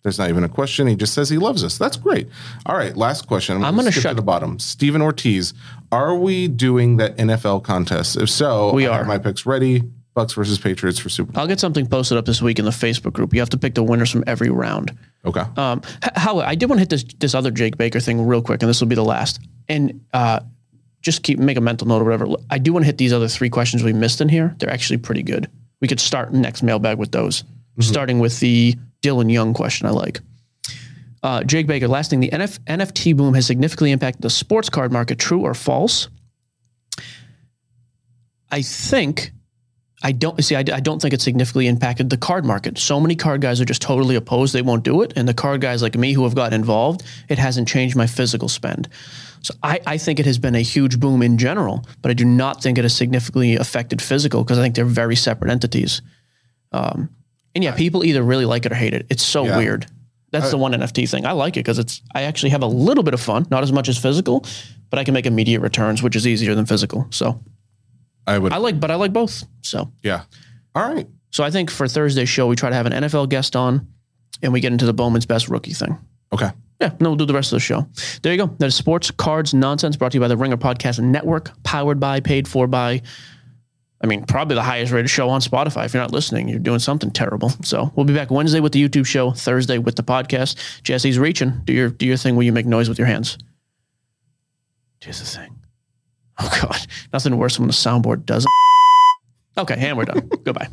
Speaker 4: There's not even a question. He just says he loves us. That's great. All right. Last question.
Speaker 3: I'm gonna
Speaker 4: skip
Speaker 3: shut-
Speaker 4: to the bottom. Steven Ortiz. Are we doing that NFL contest? If so,
Speaker 3: We
Speaker 4: I have
Speaker 3: are.
Speaker 4: my picks ready. Bucks versus Patriots for Super Bowl.
Speaker 3: I'll get something posted up this week in the Facebook group. You have to pick the winners from every round.
Speaker 4: Okay.
Speaker 3: Um, h- how I did want to hit this this other Jake Baker thing real quick, and this will be the last. And uh, just keep make a mental note or whatever. I do want to hit these other three questions we missed in here. They're actually pretty good. We could start next mailbag with those, starting with the Dylan Young question. I like. Uh, Jake Baker, last thing, the NF, NFT boom has significantly impacted the sports card market. True or false? I think I don't see. I, I don't think it significantly impacted the card market. So many card guys are just totally opposed; they won't do it. And the card guys like me who have gotten involved, it hasn't changed my physical spend. So I, I think it has been a huge boom in general, but I do not think it has significantly affected physical because I think they're very separate entities. Um, and yeah, people either really like it or hate it. It's so
Speaker 4: Yeah.
Speaker 3: weird. That's the one NFT thing. I like it because it's. I actually have a little bit of fun, not as much as physical, but I can make immediate returns, which is easier than physical. So
Speaker 4: I would.
Speaker 3: I like, but I like both. So.
Speaker 4: yeah. All right.
Speaker 3: So I think for Thursday's show, we try to have an NFL guest on and we get into the Bowman's best rookie thing.
Speaker 4: Okay.
Speaker 3: Yeah, no, we'll do the rest of the show. There you go. That is Sports Cards Nonsense brought to you by the Ringer Podcast Network, powered by, paid for by I mean, probably the highest rated show on Spotify. If you're not listening, you're doing something terrible. So we'll be back Wednesday with the YouTube show, Thursday with the podcast. Jesse's reaching. Do your do your thing where you make noise with your hands. Here's the thing. Oh God, nothing worse than when the soundboard doesn't. Okay, and we're done. Goodbye.